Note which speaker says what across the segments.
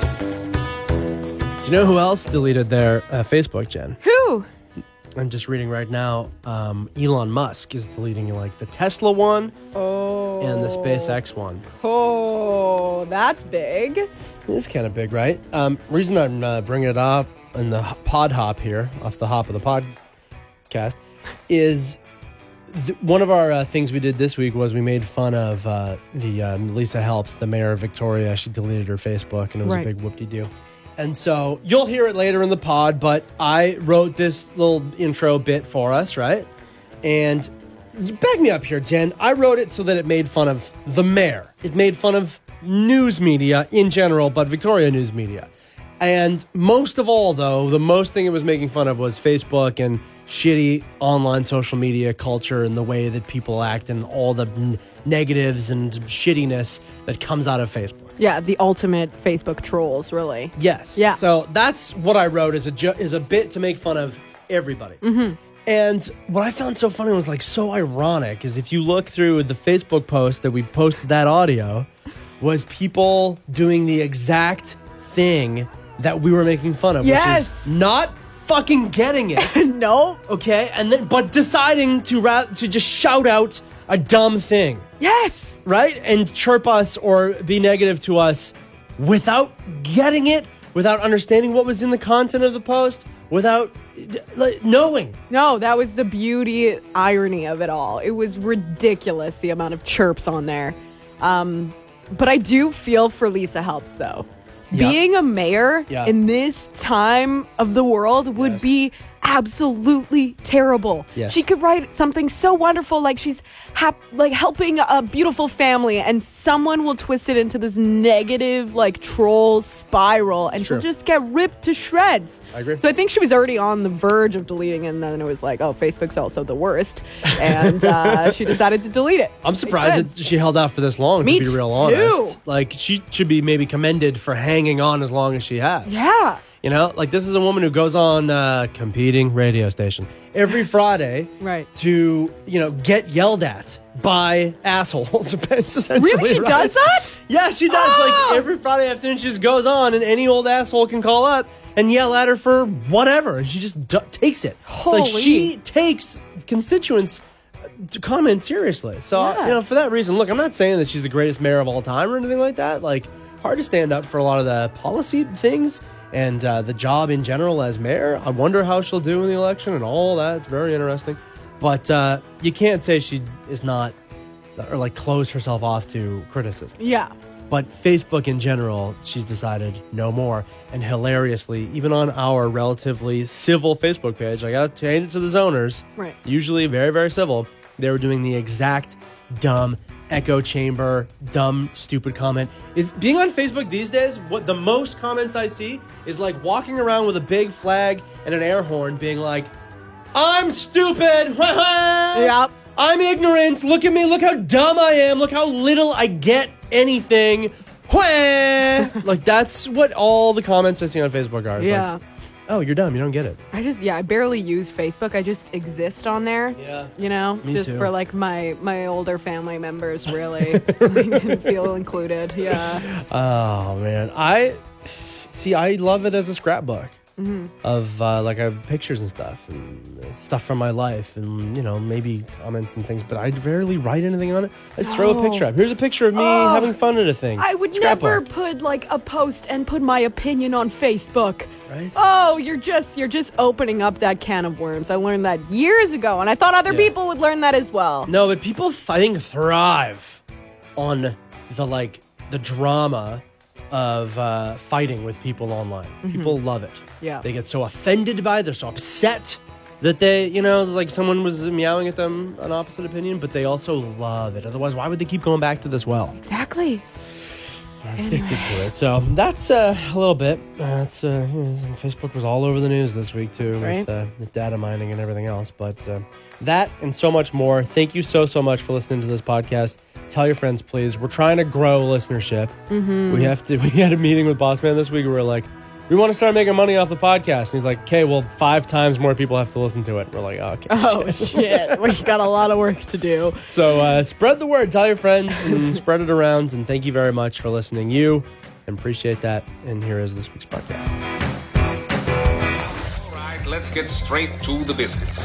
Speaker 1: Do you know who else deleted their uh, Facebook, Jen?
Speaker 2: Who?
Speaker 1: I'm just reading right now. Um, Elon Musk is deleting like the Tesla one
Speaker 2: Oh.
Speaker 1: and the SpaceX one.
Speaker 2: Oh, that's big.
Speaker 1: It's kind of big, right? Um, reason I'm uh, bringing it up in the h- pod hop here, off the hop of the podcast, is th- one of our uh, things we did this week was we made fun of uh, the um, Lisa Helps, the mayor of Victoria. She deleted her Facebook, and it was
Speaker 2: Right.
Speaker 1: a big whoop-de-doo. And so you'll hear it later in the pod, but I wrote this little intro bit for us, right? And you back me up here, Jen. I wrote it so that it made fun of the mayor. It made fun of news media in general, but Victoria news media. And most of all, though, the most thing it was making fun of was Facebook and shitty online social media culture and the way that people act and all the n- negatives and shittiness that comes out of Facebook.
Speaker 2: Yeah, the ultimate Facebook trolls, really.
Speaker 1: Yes.
Speaker 2: Yeah.
Speaker 1: So that's what I wrote as a jo- is a bit to make fun of everybody.
Speaker 2: Mm-hmm.
Speaker 1: And what I found so funny was like so ironic is if you look through the Facebook post that we posted that audio was people doing the exact thing that we were making fun of,
Speaker 2: Yes.
Speaker 1: which is not fucking getting it.
Speaker 2: no.
Speaker 1: okay, and then but deciding to ra- to just shout out a dumb thing
Speaker 2: Yes.
Speaker 1: right? And chirp us or be negative to us without getting it, without understanding what was in the content of the post, without d- like, knowing.
Speaker 2: No, that was the beauty irony of it all. It was ridiculous the amount of chirps on there. Um, but I do feel for Lisa Helps though.
Speaker 1: Yeah.
Speaker 2: Being a mayor
Speaker 1: Yeah.
Speaker 2: in this time of the world would
Speaker 1: Yes.
Speaker 2: be absolutely terrible.
Speaker 1: Yes.
Speaker 2: She could write something so wonderful like she's hap- like helping a beautiful family and someone will twist it into this negative like troll spiral and
Speaker 1: Sure.
Speaker 2: she'll just get ripped to shreds.
Speaker 1: I agree.
Speaker 2: So I think she was already on the verge of deleting, and then it was like, oh, Facebook's also the worst, and uh, she decided to delete it.
Speaker 1: I'm
Speaker 2: Makes
Speaker 1: surprised
Speaker 2: sense.
Speaker 1: that she held out for this long,
Speaker 2: Me
Speaker 1: to be real
Speaker 2: too.
Speaker 1: honest. Like, she should be maybe commended for hanging on as long as she has.
Speaker 2: Yeah.
Speaker 1: You know, like this is a woman who goes on uh, competing radio station every Friday,
Speaker 2: Right.
Speaker 1: To you know, get yelled at by assholes. essentially,
Speaker 2: Really? She
Speaker 1: right?
Speaker 2: does that?
Speaker 1: Yeah, she does.
Speaker 2: Oh!
Speaker 1: Like every Friday afternoon, she just goes on, and any old asshole can call up and yell at her for whatever, and she just d- takes it. It's Like
Speaker 2: Holy.
Speaker 1: she takes constituents' uh, comments seriously. So
Speaker 2: Yeah.
Speaker 1: you know, for that reason, look, I'm not saying that she's the greatest mayor of all time or anything like that. Like hard to stand up for a lot of the policy things. And uh, the job in general as mayor, I wonder how she'll do in the election and all that. It's very interesting, but uh, you can't say she is not or like close herself off to criticism.
Speaker 2: Yeah.
Speaker 1: But Facebook in general, she's decided no more. And hilariously, even on our relatively civil Facebook page, I gotta change it to the zoners.
Speaker 2: Right.
Speaker 1: Usually very, very civil. They were doing the exact dumb echo chamber, dumb, stupid comment. If, being on Facebook these days, what the most comments I see is like walking around with a big flag and an air horn being like, I'm stupid. yep. I'm ignorant. Look at me. Look how dumb I am. Look how little I get anything. like that's what all the comments I see on Facebook are. It's
Speaker 2: Yeah.
Speaker 1: Like, oh, you're dumb. You don't get it.
Speaker 2: I just yeah, I barely use Facebook. I just exist on there.
Speaker 1: Yeah.
Speaker 2: You know,
Speaker 1: Me
Speaker 2: just
Speaker 1: too.
Speaker 2: for like my my older family members really like, feel included. Yeah.
Speaker 1: Oh man, I see. I love it as a scrapbook
Speaker 2: Mm-hmm.
Speaker 1: of uh, like I have pictures and stuff, and stuff from my life, and you know maybe comments and things. But I rarely write anything on it. I just throw a
Speaker 2: No.
Speaker 1: picture up. Here's a picture of me having fun at a thing.
Speaker 2: Oh. I would never
Speaker 1: Scrapbook.
Speaker 2: put like a post and put my opinion on Facebook.
Speaker 1: Right?
Speaker 2: Oh, you're just you're just opening up that can of worms. I learned that years ago, and I thought other
Speaker 1: Yeah.
Speaker 2: people would learn that as well.
Speaker 1: No, but people th- I think thrive on the like the drama of uh, fighting with people online. People love it.
Speaker 2: Yeah.
Speaker 1: they get so offended by it. They're so upset that they, you know, it's like someone was meowing at them an opposite opinion, but they also love it. Otherwise, why would they keep going back to this well?
Speaker 2: Exactly.
Speaker 1: Addicted to it. So that's uh, a little bit. Uh, That's uh, and Facebook was all over the news this week too, with,
Speaker 2: right.
Speaker 1: uh, with data mining and everything else. But uh, that and so much more. Thank you so so much for listening to this podcast. Tell your friends, please. We're trying to grow listenership. We have to. We had a meeting with Bossman this week. Where we're like, we want to start making money off the podcast. And he's like, okay, well, five times more people have to listen to it. We're like, okay.
Speaker 2: Oh shit, we got a lot of work to do.
Speaker 1: So uh, spread the word, tell your friends, and spread it around. And thank you very much for listening. You and appreciate that. And here is this week's podcast.
Speaker 3: All right, let's get straight to the biscuits.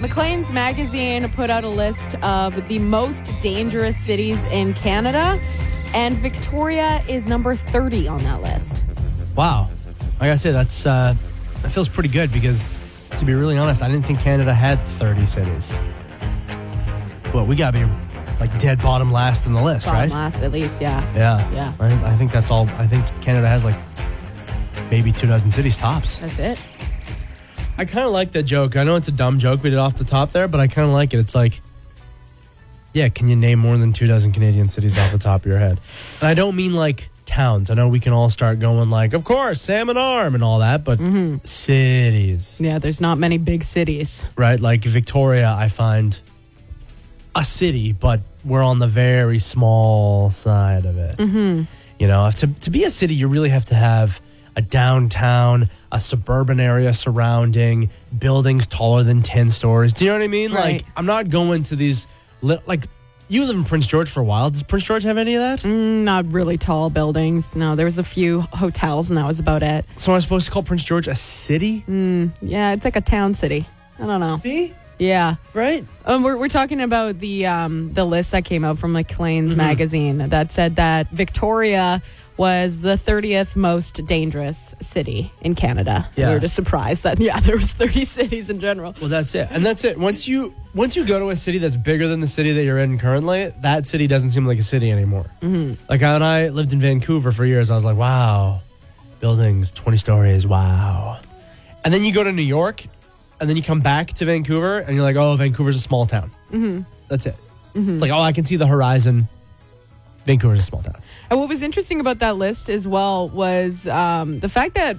Speaker 2: McLean's magazine put out a list of the most dangerous cities in Canada, and Victoria is number 30 on that list.
Speaker 1: Wow, like I said, that's uh, that feels pretty good because, to be really honest, I didn't think Canada had 30 cities. Well, we gotta be like dead bottom last in the list,
Speaker 2: Bottom
Speaker 1: right?
Speaker 2: last, at least, yeah.
Speaker 1: Yeah,
Speaker 2: Yeah.
Speaker 1: I, I think that's all. I think Canada has like maybe two dozen cities tops.
Speaker 2: That's it.
Speaker 1: I kind of like that joke. I know it's a dumb joke we did off the top there, but I kind of like it. It's like, yeah, can you name more than two dozen Canadian cities off the top of your head? And I don't mean like towns. I know we can all start going like, of course, salmon arm and all that, but cities,
Speaker 2: Yeah, there's not many big cities.
Speaker 1: right? Like Victoria, I find a city, but we're on the very small side of it. You know, if to, to be a city, you really have to have a downtown, a suburban area surrounding, buildings taller than 10 stories. Do you know what I mean?
Speaker 2: Right.
Speaker 1: Like, I'm not going to these, li- like, you live in Prince George for a while. Does Prince George have any of that?
Speaker 2: Not really tall buildings. No, there was a few hotels, and that was about it.
Speaker 1: So am I supposed to call Prince George a city?
Speaker 2: Yeah, it's like a town city. I don't know.
Speaker 1: See?
Speaker 2: Yeah.
Speaker 1: Right?
Speaker 2: Um, we're, we're talking about the um, the list that came out from McLean's magazine that said that Victoria was the 30th most dangerous city in Canada.
Speaker 1: Yeah.
Speaker 2: We were just surprised that, yeah, there was 30 cities in general.
Speaker 1: Well, that's it. And that's it. Once you once you go to a city that's bigger than the city that you're in currently, that city doesn't seem like a city anymore. Like when I lived in Vancouver for years, I was like, wow, buildings, 20 stories, wow. And then you go to New York, and then you come back to Vancouver, and you're like, oh, Vancouver's a small town. Mm-hmm. That's it. It's like, oh, I can see the horizon. Vancouver's a small town.
Speaker 2: And what was interesting about that list as well was um, the fact that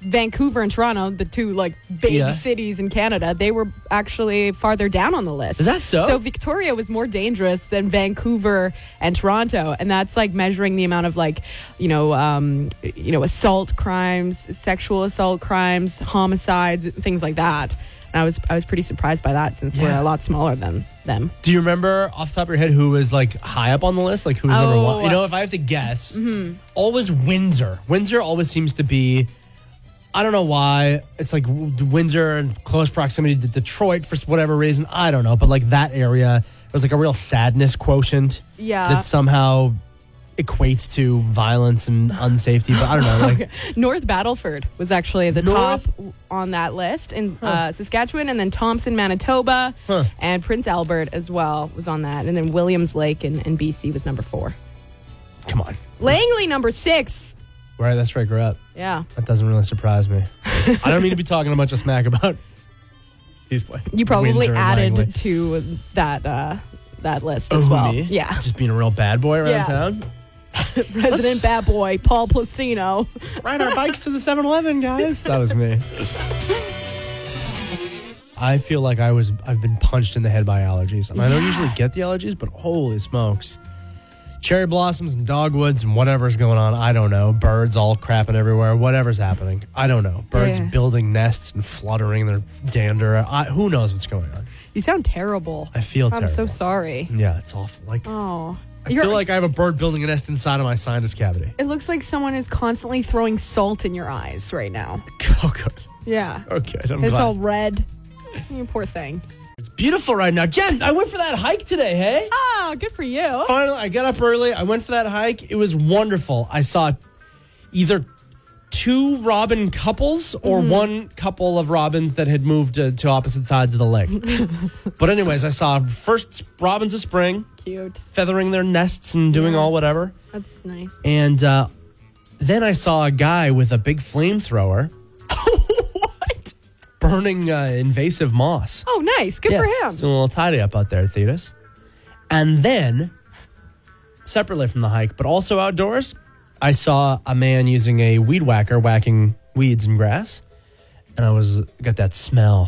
Speaker 2: Vancouver and Toronto, the two like big
Speaker 1: Yeah.
Speaker 2: cities in Canada, they were actually farther down on the list.
Speaker 1: Is that so?
Speaker 2: So Victoria was more dangerous than Vancouver and Toronto, and that's like measuring the amount of like you know um, you know assault crimes, sexual assault crimes, homicides, things like that. And I was I was pretty surprised by that since we're
Speaker 1: Yeah.
Speaker 2: a lot smaller than them.
Speaker 1: Do you remember off the top of your head who was like high up on the list? Like who was number
Speaker 2: Oh. Mm-hmm.
Speaker 1: one? You know, if I have to guess, always Windsor. Windsor always seems to be. I don't know why. It's like w- Windsor in close proximity to Detroit for whatever reason. I don't know, but like that area, there's like a real sadness quotient.
Speaker 2: Yeah.
Speaker 1: That somehow equates to violence and unsafety. But I don't know. Like,
Speaker 2: North Battleford was actually the
Speaker 1: North-
Speaker 2: top on that list in uh, Saskatchewan, and then Thompson, Manitoba,
Speaker 1: Huh.
Speaker 2: and Prince Albert as well was on that. And then Williams Lake in, in BC was number four.
Speaker 1: come on.
Speaker 2: Langley, number six.
Speaker 1: Right, that's right. Grew up.
Speaker 2: Yeah.
Speaker 1: That doesn't really surprise me. I don't mean to be talking a bunch of smack about these places.
Speaker 2: You probably
Speaker 1: Windsor and
Speaker 2: added
Speaker 1: Langley.
Speaker 2: to that uh, that list
Speaker 1: Oh,
Speaker 2: as
Speaker 1: who,
Speaker 2: well.
Speaker 1: me?
Speaker 2: Yeah.
Speaker 1: Just being a real bad boy around
Speaker 2: Yeah.
Speaker 1: town.
Speaker 2: President Bad Boy, Paul Plastino.
Speaker 1: Ride our bikes to the 7 Eleven, guys. That was me. I feel like I was I've been punched in the head by allergies. And I don't usually get the allergies, but holy smokes. Cherry blossoms and dogwoods and whatever's going on, I don't know. Birds all crapping everywhere, whatever's happening. I don't know. Birds
Speaker 2: Yeah.
Speaker 1: building nests and fluttering their dander. I, who knows what's going on?
Speaker 2: You sound terrible.
Speaker 1: I feel
Speaker 2: I'm so
Speaker 1: terrible.
Speaker 2: sorry.
Speaker 1: Yeah, it's awful. Like
Speaker 2: Oh.
Speaker 1: I feel like I have a bird building a nest inside of my sinus cavity.
Speaker 2: it looks like someone is constantly throwing salt in your eyes right now.
Speaker 1: Oh good.
Speaker 2: Yeah.
Speaker 1: Okay, I'm
Speaker 2: It's
Speaker 1: glad.
Speaker 2: all red. You poor thing.
Speaker 1: It's beautiful right now. Jen, I went for that hike today, hey?
Speaker 2: Oh, good for you.
Speaker 1: Finally, I got up early. I went for that hike. It was wonderful. I saw either two robin couples or
Speaker 2: Mm-hmm.
Speaker 1: one couple of robins that had moved to, to opposite sides of the lake. but, anyways, I saw first robins of spring
Speaker 2: Cute.
Speaker 1: feathering their nests and doing all whatever.
Speaker 2: That's nice.
Speaker 1: And uh, then I saw a guy with a big flamethrower
Speaker 2: What?
Speaker 1: burning uh, invasive moss.
Speaker 2: Oh, nice. Good for him.
Speaker 1: It's a little tidy up out there, Thetis. And then, separately from the hike, but also outdoors, I saw a man using a weed
Speaker 2: Mm.
Speaker 1: whacker whacking weeds and grass, and I was got that smell.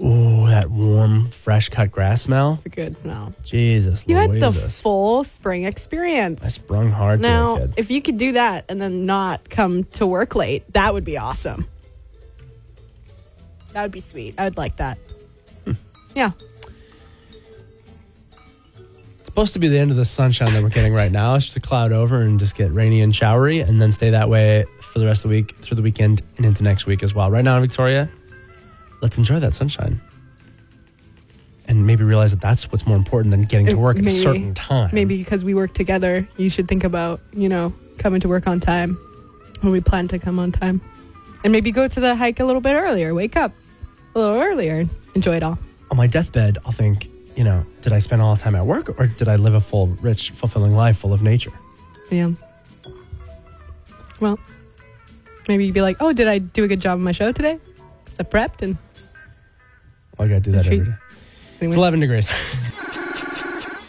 Speaker 1: Ooh, that warm, fresh cut grass smell.
Speaker 2: It's a good smell.
Speaker 1: Jesus,
Speaker 2: You had the
Speaker 1: Louises.
Speaker 2: full spring experience.
Speaker 1: I sprung hard
Speaker 2: Now,
Speaker 1: today, kid.
Speaker 2: if you could do that and then not come to work late, that would be awesome. That would be sweet. I'd like that.
Speaker 1: Hmm.
Speaker 2: Yeah.
Speaker 1: It's supposed to be the end of the sunshine that we're getting right now. It's just a cloud over and just get rainy and showery, and then stay that way for the rest of the week, through the weekend, and into next week as well. Right now in Victoria, let's enjoy that sunshine. And maybe realize that that's what's more important than getting to work at a certain time.
Speaker 2: Maybe because we work together, you should think about, you know, coming to work on time when we plan to come on time. And maybe go to the hike a little bit earlier, wake up a little earlier, enjoy it all.
Speaker 1: on my deathbed, I'll think, you know, did I spend all the time at work or did I live a full, rich, fulfilling life full of nature?
Speaker 2: Yeah. Well, maybe you'd be like, oh, did I do a good job on my show today? Because I prepped and.
Speaker 1: Well, I gotta do that
Speaker 2: Treat-
Speaker 1: every day. It's
Speaker 2: anyway.
Speaker 1: 11 degrees.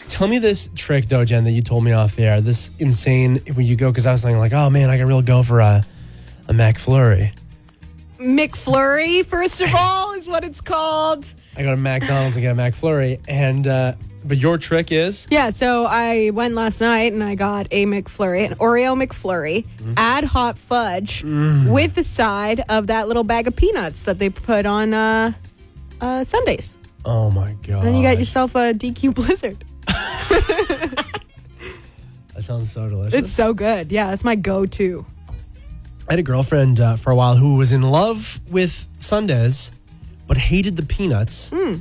Speaker 1: Tell me this trick though, Jen, that you told me off the air. This insane when you go because I was thinking like, oh man, I could really go for a a McFlurry.
Speaker 2: McFlurry, first of all, is what it's called.
Speaker 1: I go to McDonald's and get a McFlurry, and uh, but your trick is
Speaker 2: Yeah, so I went last night and I got a McFlurry, an Oreo McFlurry, add hot fudge with the side of that little bag of peanuts that they put on uh, uh, Sundays.
Speaker 1: oh my god.
Speaker 2: Then you got yourself a DQ Blizzard.
Speaker 1: that sounds so delicious.
Speaker 2: It's so good. Yeah, that's my go to.
Speaker 1: I had a girlfriend uh, for a while who was in love with Sundays, but hated the peanuts.
Speaker 2: Hmm.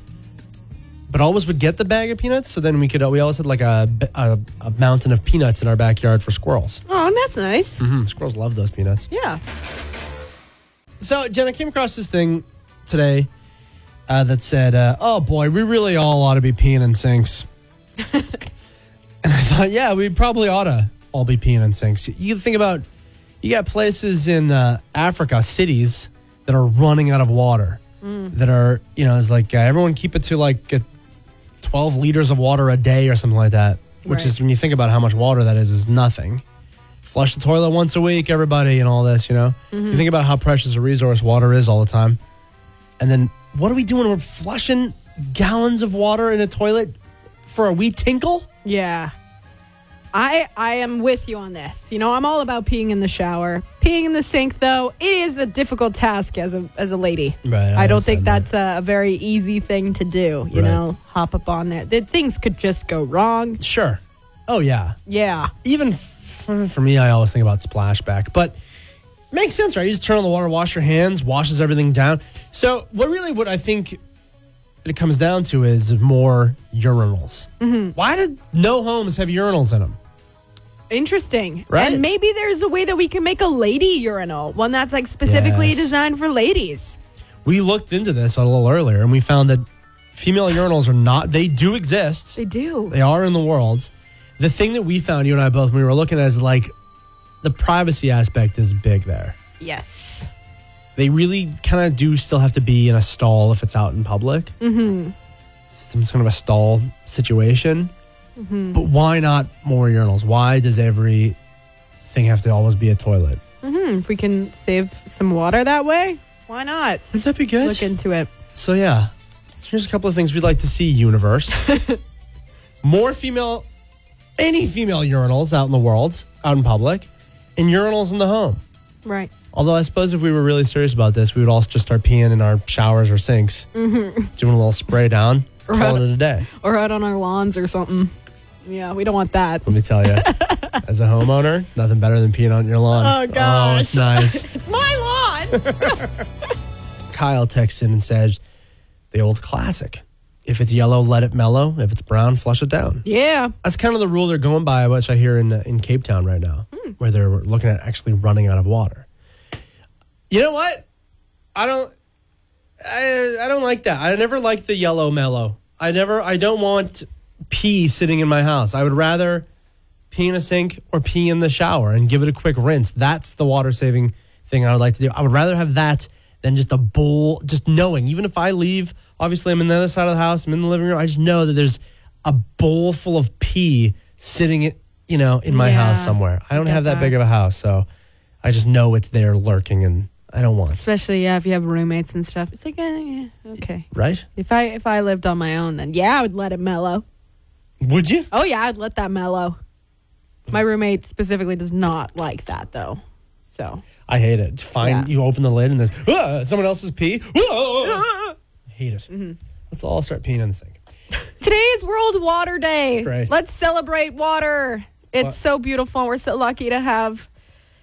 Speaker 1: But always would get the bag of peanuts. So then we could we always had like a a, a mountain of peanuts in our backyard for squirrels.
Speaker 2: Oh, and that's nice.
Speaker 1: Mm, squirrels love those peanuts.
Speaker 2: Yeah.
Speaker 1: So Jen, I came across this thing today uh, that said, uh, "Oh boy, we really all ought to be peeing in sinks." and I thought, yeah, we probably ought to all be peeing in sinks. You think about, you got places in uh, Africa, cities that are running out of water. That are, you know, it's like uh, everyone keep it to like uh, twelve liters of water a day or something like that. Which
Speaker 2: Right.
Speaker 1: is when you think about how much water that is, is nothing. Flush the toilet once a week, everybody, and all this. You know, you think about how precious a resource water is all the time. And then what are we doing? We're flushing gallons of water in a toilet for a wee tinkle?
Speaker 2: Yeah. I I am with you on this. You know, I'm all about peeing in the shower. Peeing in the sink though, it is a difficult task as a as a lady.
Speaker 1: Right, I
Speaker 2: I, don't think
Speaker 1: understand
Speaker 2: that's a, a very easy thing to do, you
Speaker 1: Right.
Speaker 2: know, hop up on there. Th- Things could just go wrong.
Speaker 1: Sure. Oh, yeah.
Speaker 2: Yeah.
Speaker 1: Even f- for me, I always think about splashback, but makes sense, right? You just turn on the water, wash your hands, washes everything down. So, what really what I think it comes down to is more urinals. Why did no homes have urinals in them?
Speaker 2: Interesting.
Speaker 1: Right.
Speaker 2: And maybe there's a way that we can make a lady urinal, one that's like specifically
Speaker 1: Yes.
Speaker 2: designed for ladies.
Speaker 1: We looked into this a little earlier and we found that female urinals are not, they do exist.
Speaker 2: They do.
Speaker 1: They are in the world. The thing that we found, you and I both, when we were looking at is like the privacy aspect is big there.
Speaker 2: yes.
Speaker 1: They really kind of do still have to be in a stall if it's out in public. Mm-hmm. Some sort of a stall situation.
Speaker 2: Mm-hmm.
Speaker 1: But why not more urinals? Why does every thing have to always be a toilet?
Speaker 2: If we can save some water that way, why not?
Speaker 1: Wouldn't that be good?
Speaker 2: Look into it.
Speaker 1: So yeah, here's a couple of things we'd like to see. Universe, more female, any female urinals out in the world, out in public, and urinals in the home.
Speaker 2: Right.
Speaker 1: Although I suppose if we were really serious about this, we would all just start peeing in our showers or sinks, doing a little spray down,
Speaker 2: Mm-hmm. Right.
Speaker 1: calling it a day.
Speaker 2: or out on our lawns or something. Yeah, we don't want that.
Speaker 1: Let me tell you, as a homeowner, nothing better than peeing on your lawn.
Speaker 2: Oh,
Speaker 1: oh, it's nice.
Speaker 2: It's my lawn.
Speaker 1: Kyle texts in and says, "The old classic: if it's yellow, let it mellow. If it's brown, flush it down."
Speaker 2: yeah.
Speaker 1: That's kind of the rule they're going by, which I hear in uh, in Cape Town right now, where they're looking at actually running out of water. You know what? I don't. I I don't like that. I never liked the yellow mellow. I never. I don't want pee sitting in my house. I would rather pee in a sink or pee in the shower and give it a quick rinse. That's the water saving thing I would like to do. I would rather have that than just a bowl, just knowing, even if I leave, obviously I'm in the other side of the house, I'm in the living room, I just know that there's a bowl full of pee sitting, it, you know, in my
Speaker 2: Yeah,
Speaker 1: house somewhere. I don't
Speaker 2: I get
Speaker 1: have that,
Speaker 2: that.
Speaker 1: big of a house, so I just know it's there lurking and I don't want.
Speaker 2: Especially yeah, if you have roommates and stuff. It's like, eh, yeah, okay.
Speaker 1: Right?
Speaker 2: If I if I lived on my own, then yeah, I would let it mellow.
Speaker 1: Would you?
Speaker 2: Oh yeah, I'd let that mellow. My roommate specifically does not like that though. So
Speaker 1: I hate it. Find
Speaker 2: Yeah.
Speaker 1: you open the lid and there's "Ah, someone else's pee. Ah! I hate it.
Speaker 2: Mm-hmm.
Speaker 1: Let's all start peeing in the sink.
Speaker 2: today is World Water Day.
Speaker 1: Great.
Speaker 2: Let's celebrate water. It's so beautiful. and We're so lucky to have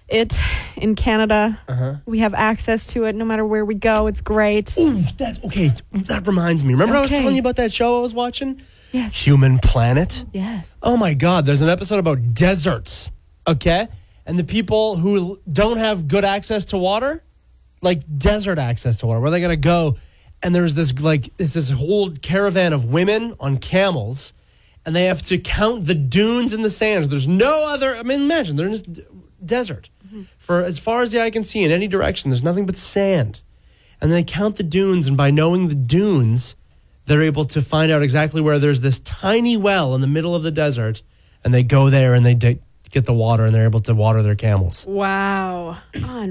Speaker 2: it in Canada. We have access to it no matter where we go. It's great.
Speaker 1: Ooh, that okay. That reminds me. Remember I was
Speaker 2: Okay.
Speaker 1: telling you about that show I was watching,
Speaker 2: Yes.
Speaker 1: Human Planet.
Speaker 2: Yes.
Speaker 1: Oh my God, there's an episode about deserts, okay? And the people who l- don't have good access to water, like desert access to water, where they gotta go. And there's this like it's this whole caravan of women on camels, and they have to count the dunes and the sands. There's no other. I mean, imagine there's just d- desert for as far as the eye can see in any direction. There's nothing but sand, and they count the dunes. And by knowing the dunes, they're able to find out exactly where there's this tiny well in the middle of the desert, and they go there and they dig get the water, and they're able to water their camels.
Speaker 2: Wow.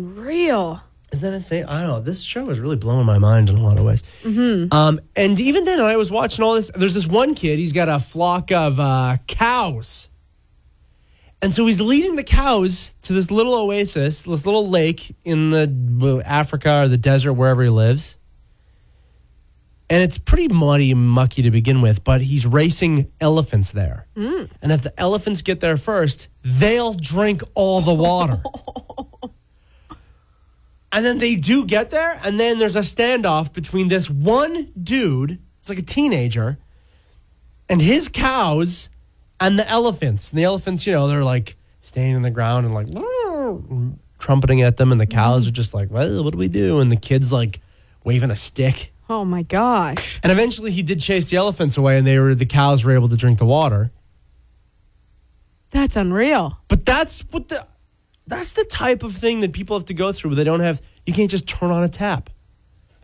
Speaker 2: Unreal.
Speaker 1: Isn't that insane? I don't know. This show is really blowing my mind in a lot of ways. Um, and even then, I was watching all this. There's this one kid. He's got a flock of uh, cows, and so he's leading the cows to this little oasis, this little lake in the Africa or the desert, wherever he lives. And it's pretty muddy and mucky to begin with, but he's racing elephants there. And if the elephants get there first, they'll drink all the water. And then they do get there, and then there's a standoff between this one dude, it's like a teenager, and his cows and the elephants. And the elephants, you know, they're like staying in the ground and like "Meow," trumpeting at them, and the cows are just like, well, what do we do? And the kid's like waving a stick.
Speaker 2: Oh my gosh.
Speaker 1: And eventually he did chase the elephants away, and they were the cows were able to drink the water.
Speaker 2: That's unreal.
Speaker 1: But that's what the that's the type of thing that people have to go through where they don't have you can't just turn on a tap.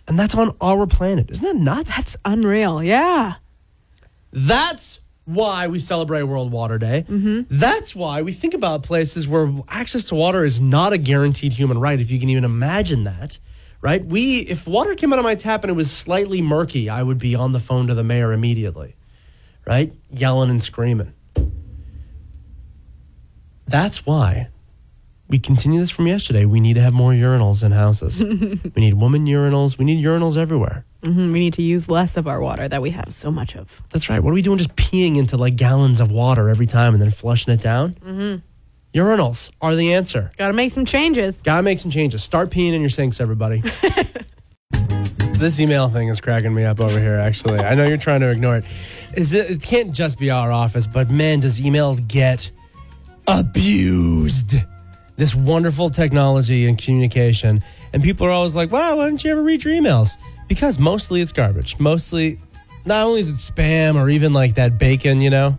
Speaker 1: And that's on our planet. Isn't that nuts? That's
Speaker 2: Unreal. Yeah.
Speaker 1: that's why we celebrate World Water Day. That's why we think about places where access to water is not a guaranteed human right, if you can even imagine that. Right? We if water came out of my tap and it was slightly murky, I would be on the phone to the mayor immediately. Right? Yelling and screaming. That's why we continue this from yesterday. We need to have more urinals in houses. we need woman urinals. We need urinals everywhere.
Speaker 2: Mhm, We need to use less of our water that we have so much of.
Speaker 1: That's right. What are we doing? Just peeing into like gallons of water every time and then flushing it down? Mm-hmm. Urinals are the answer.
Speaker 2: Got to make some changes.
Speaker 1: Gotta make some changes. Start peeing in your sinks, everybody. this email thing is cracking me up over here, actually. I know you're trying to ignore it. Is it, it can't just be our office, but man, does email get abused. This wonderful technology and communication. And people are always like, wow, why don't you ever read your emails? Because mostly it's garbage. Mostly, not only is it spam or even like that bacon, you know?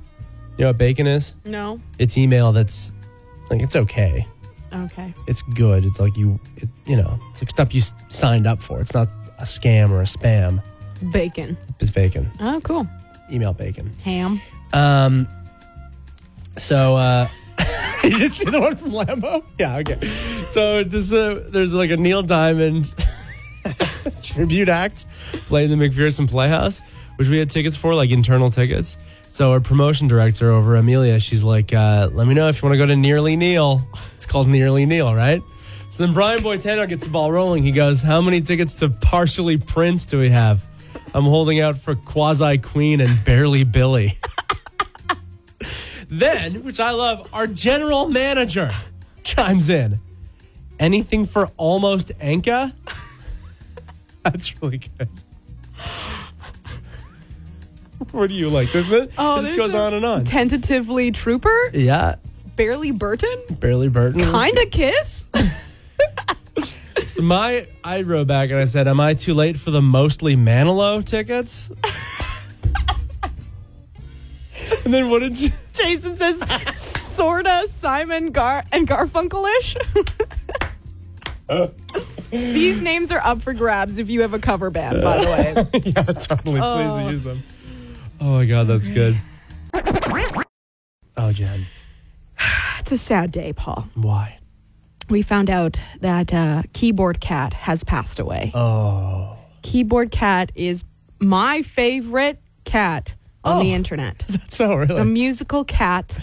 Speaker 1: You know what bacon is?
Speaker 2: No.
Speaker 1: It's email that's like, it's okay
Speaker 2: Okay.
Speaker 1: it's good. It's like you, it, you know, it's like stuff you s- signed up for. It's not a scam or a spam.
Speaker 2: It's bacon.
Speaker 1: It's bacon,
Speaker 2: Oh, cool.
Speaker 1: email bacon.
Speaker 2: Ham.
Speaker 1: Um, so uh, you just see the one from Lambo? Yeah, okay. So this uh, there's like a Neil Diamond tribute act playing the McPherson Playhouse, which we had tickets for, like internal tickets. So our promotion director over Amelia, she's like, uh, "Let me know if you want to go to Nearly Neil." It's called Nearly Neil, right? So then Brian Boitano gets the ball rolling. He goes, "How many tickets to partially Prince do we have?" I'm holding out for Quasi Queen and Barely Billy. Then, which I love, our general manager chimes in. Anything for almost Enka? That's really good. what do you like? Doesn't it?
Speaker 2: Oh,
Speaker 1: it just
Speaker 2: there's
Speaker 1: goes
Speaker 2: a-
Speaker 1: on and on.
Speaker 2: Tentatively Trooper.
Speaker 1: yeah.
Speaker 2: Barely Burton.
Speaker 1: Barely Burton. was-
Speaker 2: Kinda Kiss.
Speaker 1: My I wrote back and I said, Am I too late for the mostly Manilow tickets? and then what did you
Speaker 2: Jason says sorta Simon Gar and Garfunkelish.
Speaker 1: Uh.
Speaker 2: These names are up for grabs if you have a cover band, by the way.
Speaker 1: yeah, totally. Please use them. Oh my god, that's good. Oh, Jen,
Speaker 2: It's a sad day, Paul.
Speaker 1: why?
Speaker 2: we found out that uh, Keyboard Cat has passed away. Oh. Keyboard Cat is my favorite cat on the internet.
Speaker 1: So really,
Speaker 2: It's a musical cat.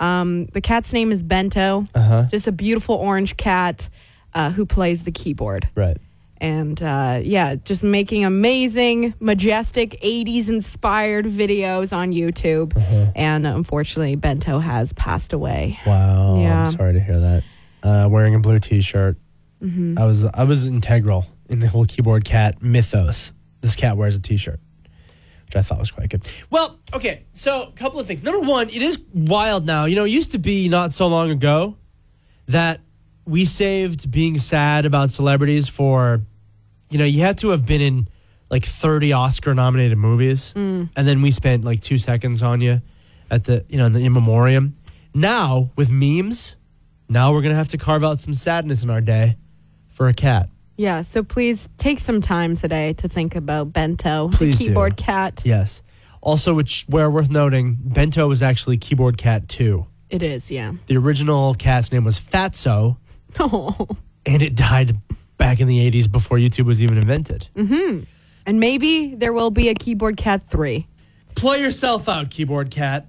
Speaker 2: Um, the cat's name is Bento. Just a beautiful orange cat uh, who plays the keyboard.
Speaker 1: right?
Speaker 2: And uh, yeah, just making amazing, majestic 80s inspired videos on YouTube. And unfortunately, Bento has passed away.
Speaker 1: Wow.
Speaker 2: Yeah.
Speaker 1: I'm sorry to hear that. Uh, wearing a blue T-shirt. I was I was integral in the whole keyboard cat mythos. This cat wears a T-shirt, which I thought was quite good. Well, okay. So a couple of things. Number one, it is wild now. You know, it used to be not so long ago that we saved being sad about celebrities for, you know, you had to have been in like 30 Oscar nominated movies. And then we spent like two seconds on you at the, you know, in the in memoriam. Now with memes, now we're going to have to carve out some sadness in our day for a cat.
Speaker 2: Yeah, so please take some time today to think about Bento,
Speaker 1: Please do.
Speaker 2: the keyboard cat.
Speaker 1: Yes. Also, which where worth noting, Bento was actually Keyboard Cat 2.
Speaker 2: It is, yeah.
Speaker 1: The original cat's name was Fatso,
Speaker 2: Oh.
Speaker 1: and it died back in the 80s before YouTube was even invented.
Speaker 2: And maybe there will be a keyboard cat 3.
Speaker 1: Play yourself out, Keyboard Cat.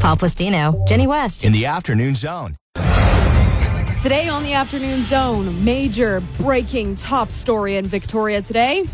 Speaker 4: Paul Plastino, Jenny West.
Speaker 5: in the afternoon zone.
Speaker 2: Today on the afternoon zone, major breaking top story in Victoria today.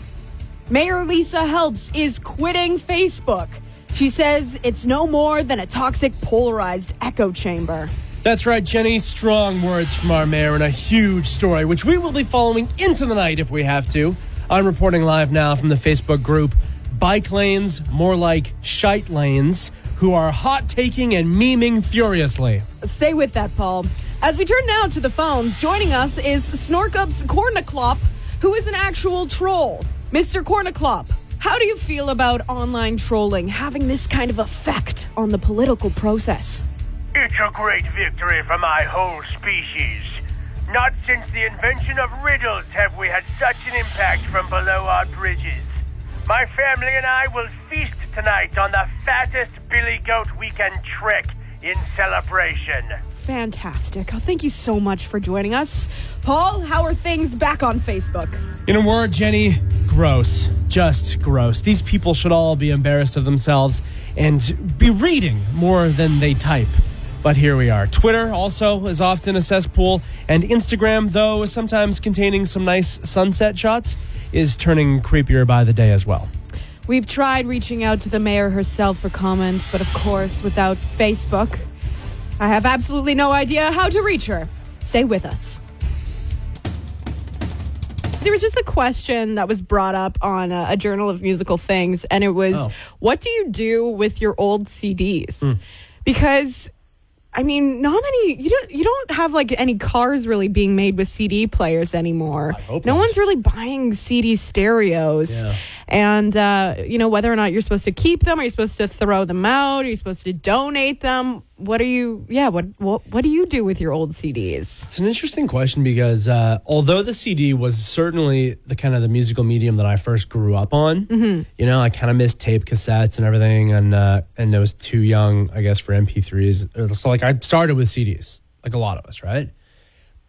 Speaker 2: Mayor Lisa Helps is quitting Facebook. She says it's no more than a toxic polarized echo chamber.
Speaker 1: That's right, Jenny. Strong words from our mayor and a huge story, which we will be following into the night if we have to. I'm reporting live now from the Facebook group Bike Lanes, more like Shite Lanes, who are hot taking and memeing furiously.
Speaker 2: Stay with that, Paul. As we turn now to the phones, joining us is Snorkup's Kornaklop, who is an actual troll. Mr. Kornaklop, how do you feel about online trolling having this kind of effect on the political process?
Speaker 6: It's a great victory for my whole species. Not since the invention of riddles have we had such an impact from below our bridges. My family and I will feast tonight on the fattest billy goat we can trick in celebration.
Speaker 2: Fantastic. Oh, thank you so much for joining us. Paul, how are things back on Facebook?
Speaker 1: In a word, Jenny, gross. Just gross. These people should all be embarrassed of themselves and be reading more than they type. But here we are. Twitter also is often a cesspool, and Instagram, though sometimes containing some nice sunset shots, is turning creepier by the day as well.
Speaker 2: We've tried reaching out to the mayor herself for comment, but of course, without Facebook, I have absolutely no idea how to reach her. Stay with us. There was just a question that was brought up on a, a Journal of Musical Things, and it was
Speaker 1: Oh. Hmm.
Speaker 2: what do you do with your old CDs? Because I mean, not many. You don't. You don't have like any cars really being made with CD players anymore.
Speaker 1: hope
Speaker 2: no
Speaker 1: not.
Speaker 2: one's really buying CD stereos.
Speaker 1: Yeah.
Speaker 2: And uh, you know whether or not you're supposed to keep them. Are you supposed to throw them out? Are you supposed to donate them? What are you? Yeah. What What, what do you do with your old CDs?
Speaker 1: It's an interesting question because uh, although the CD was certainly the kind of the musical medium that I first grew up on, you know, I kind of missed tape cassettes and everything, and uh, and I was too young, I guess, for MP3s. So like I started with CDs, like a lot of us, right?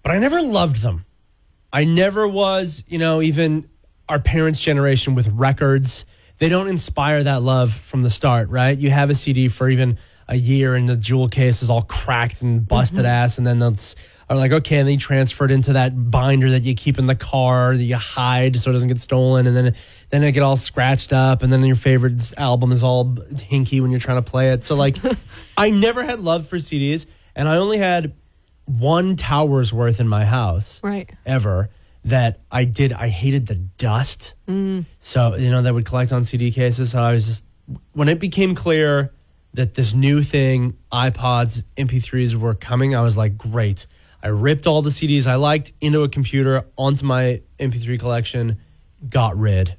Speaker 1: But I never loved them. I never was, you know, even our parents' generation with records. They don't inspire that love from the start, right? You have a CD for even a year and the jewel case is all cracked and busted ass. And then that's are like, okay. And then you transfer it into that binder that you keep in the car that you hide so it doesn't get stolen. And then, then it get all scratched up. And then your favorite album is all hinky when you're trying to play it. So like, I never had love for CDs and I only had one tower's worth in my house
Speaker 2: Right.
Speaker 1: ever that I did. I hated the dust. So, you know, that would collect on CD cases. So I was just, when it became clear that this new thing, iPods, MP3s were coming, I was like, great. I ripped all the CDs I liked into a computer, onto my MP3 collection, got rid.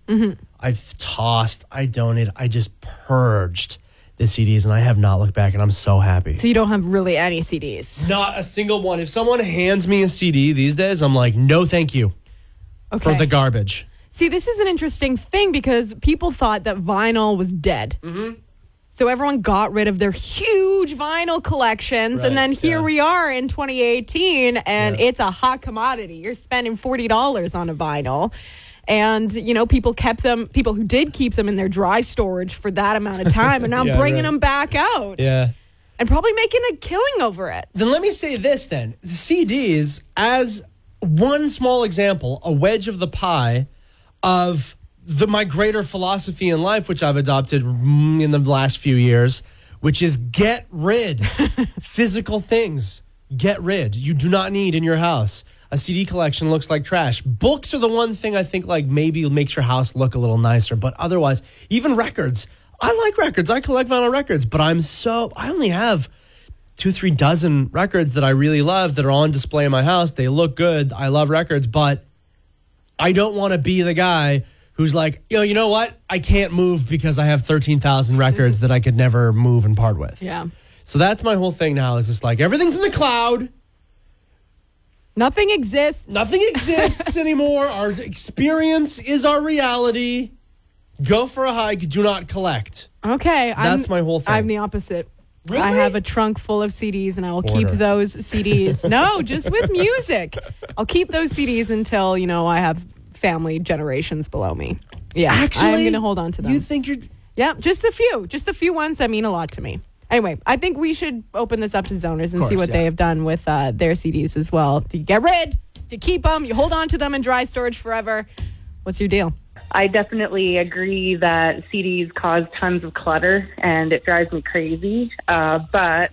Speaker 1: I've tossed, I donated, I just purged the CDs, and I have not looked back, and I'm so happy.
Speaker 2: So you don't have really any CDs.
Speaker 1: Not a single one. If someone hands me a CD these days, I'm like, no, thank you
Speaker 2: Okay.
Speaker 1: for the garbage.
Speaker 2: See, this is an interesting thing because people thought that vinyl was dead. Mm-hmm. So everyone got rid of their huge vinyl collections,
Speaker 1: Right,
Speaker 2: and then here
Speaker 1: yeah.
Speaker 2: we are in 2018, and it's a hot commodity. You're spending forty dollars on a vinyl, and you know people kept them. People who did keep them in their dry storage for that amount of time, and now
Speaker 1: Yeah,
Speaker 2: bringing
Speaker 1: right.
Speaker 2: them back out, and probably making a killing over it.
Speaker 1: Then let me say this then. CDs, as one small example, a wedge of the pie of the my greater philosophy in life, which I've adopted mm, in the last few years, which is get rid physical things. Get rid. You do not need in your house. A CD collection looks like trash. Books are the one thing I think like maybe makes your house look a little nicer, but otherwise, even records. I like records. I collect vinyl records, but I'm so I only have two, three dozen records that I really love that are on display in my house. They look good. I love records, but I don't want to be the guy who's like, yo, you know what? I can't move because I have 13,000 records that I could never move and part with.
Speaker 2: Yeah,
Speaker 1: So that's my whole thing now is just like everything's in the cloud.
Speaker 2: nothing exists.
Speaker 1: Nothing exists anymore. Our experience is our reality. Go for a hike. Do not collect.
Speaker 2: Okay,
Speaker 1: That's
Speaker 2: I'm,
Speaker 1: my whole thing.
Speaker 2: I'm the opposite.
Speaker 1: Really?
Speaker 2: I have a trunk full of CDs, and I will keep
Speaker 1: Order.
Speaker 2: those CDs. no, just with music. I'll keep those CDs until you know I have family generations below me. Yeah, I'm going to hold on to them.
Speaker 1: You think you're.
Speaker 2: yeah, just a few, just a few ones that mean a lot to me. Anyway, I think we should open this up to zoners and see
Speaker 1: course,
Speaker 2: what
Speaker 1: yeah.
Speaker 2: they have done with uh, their CDs as well. Do you get rid? Do you keep them? You hold on to them in dry storage forever? What's your deal?
Speaker 5: I definitely agree that CDs cause tons of clutter and it drives me crazy. Uh, but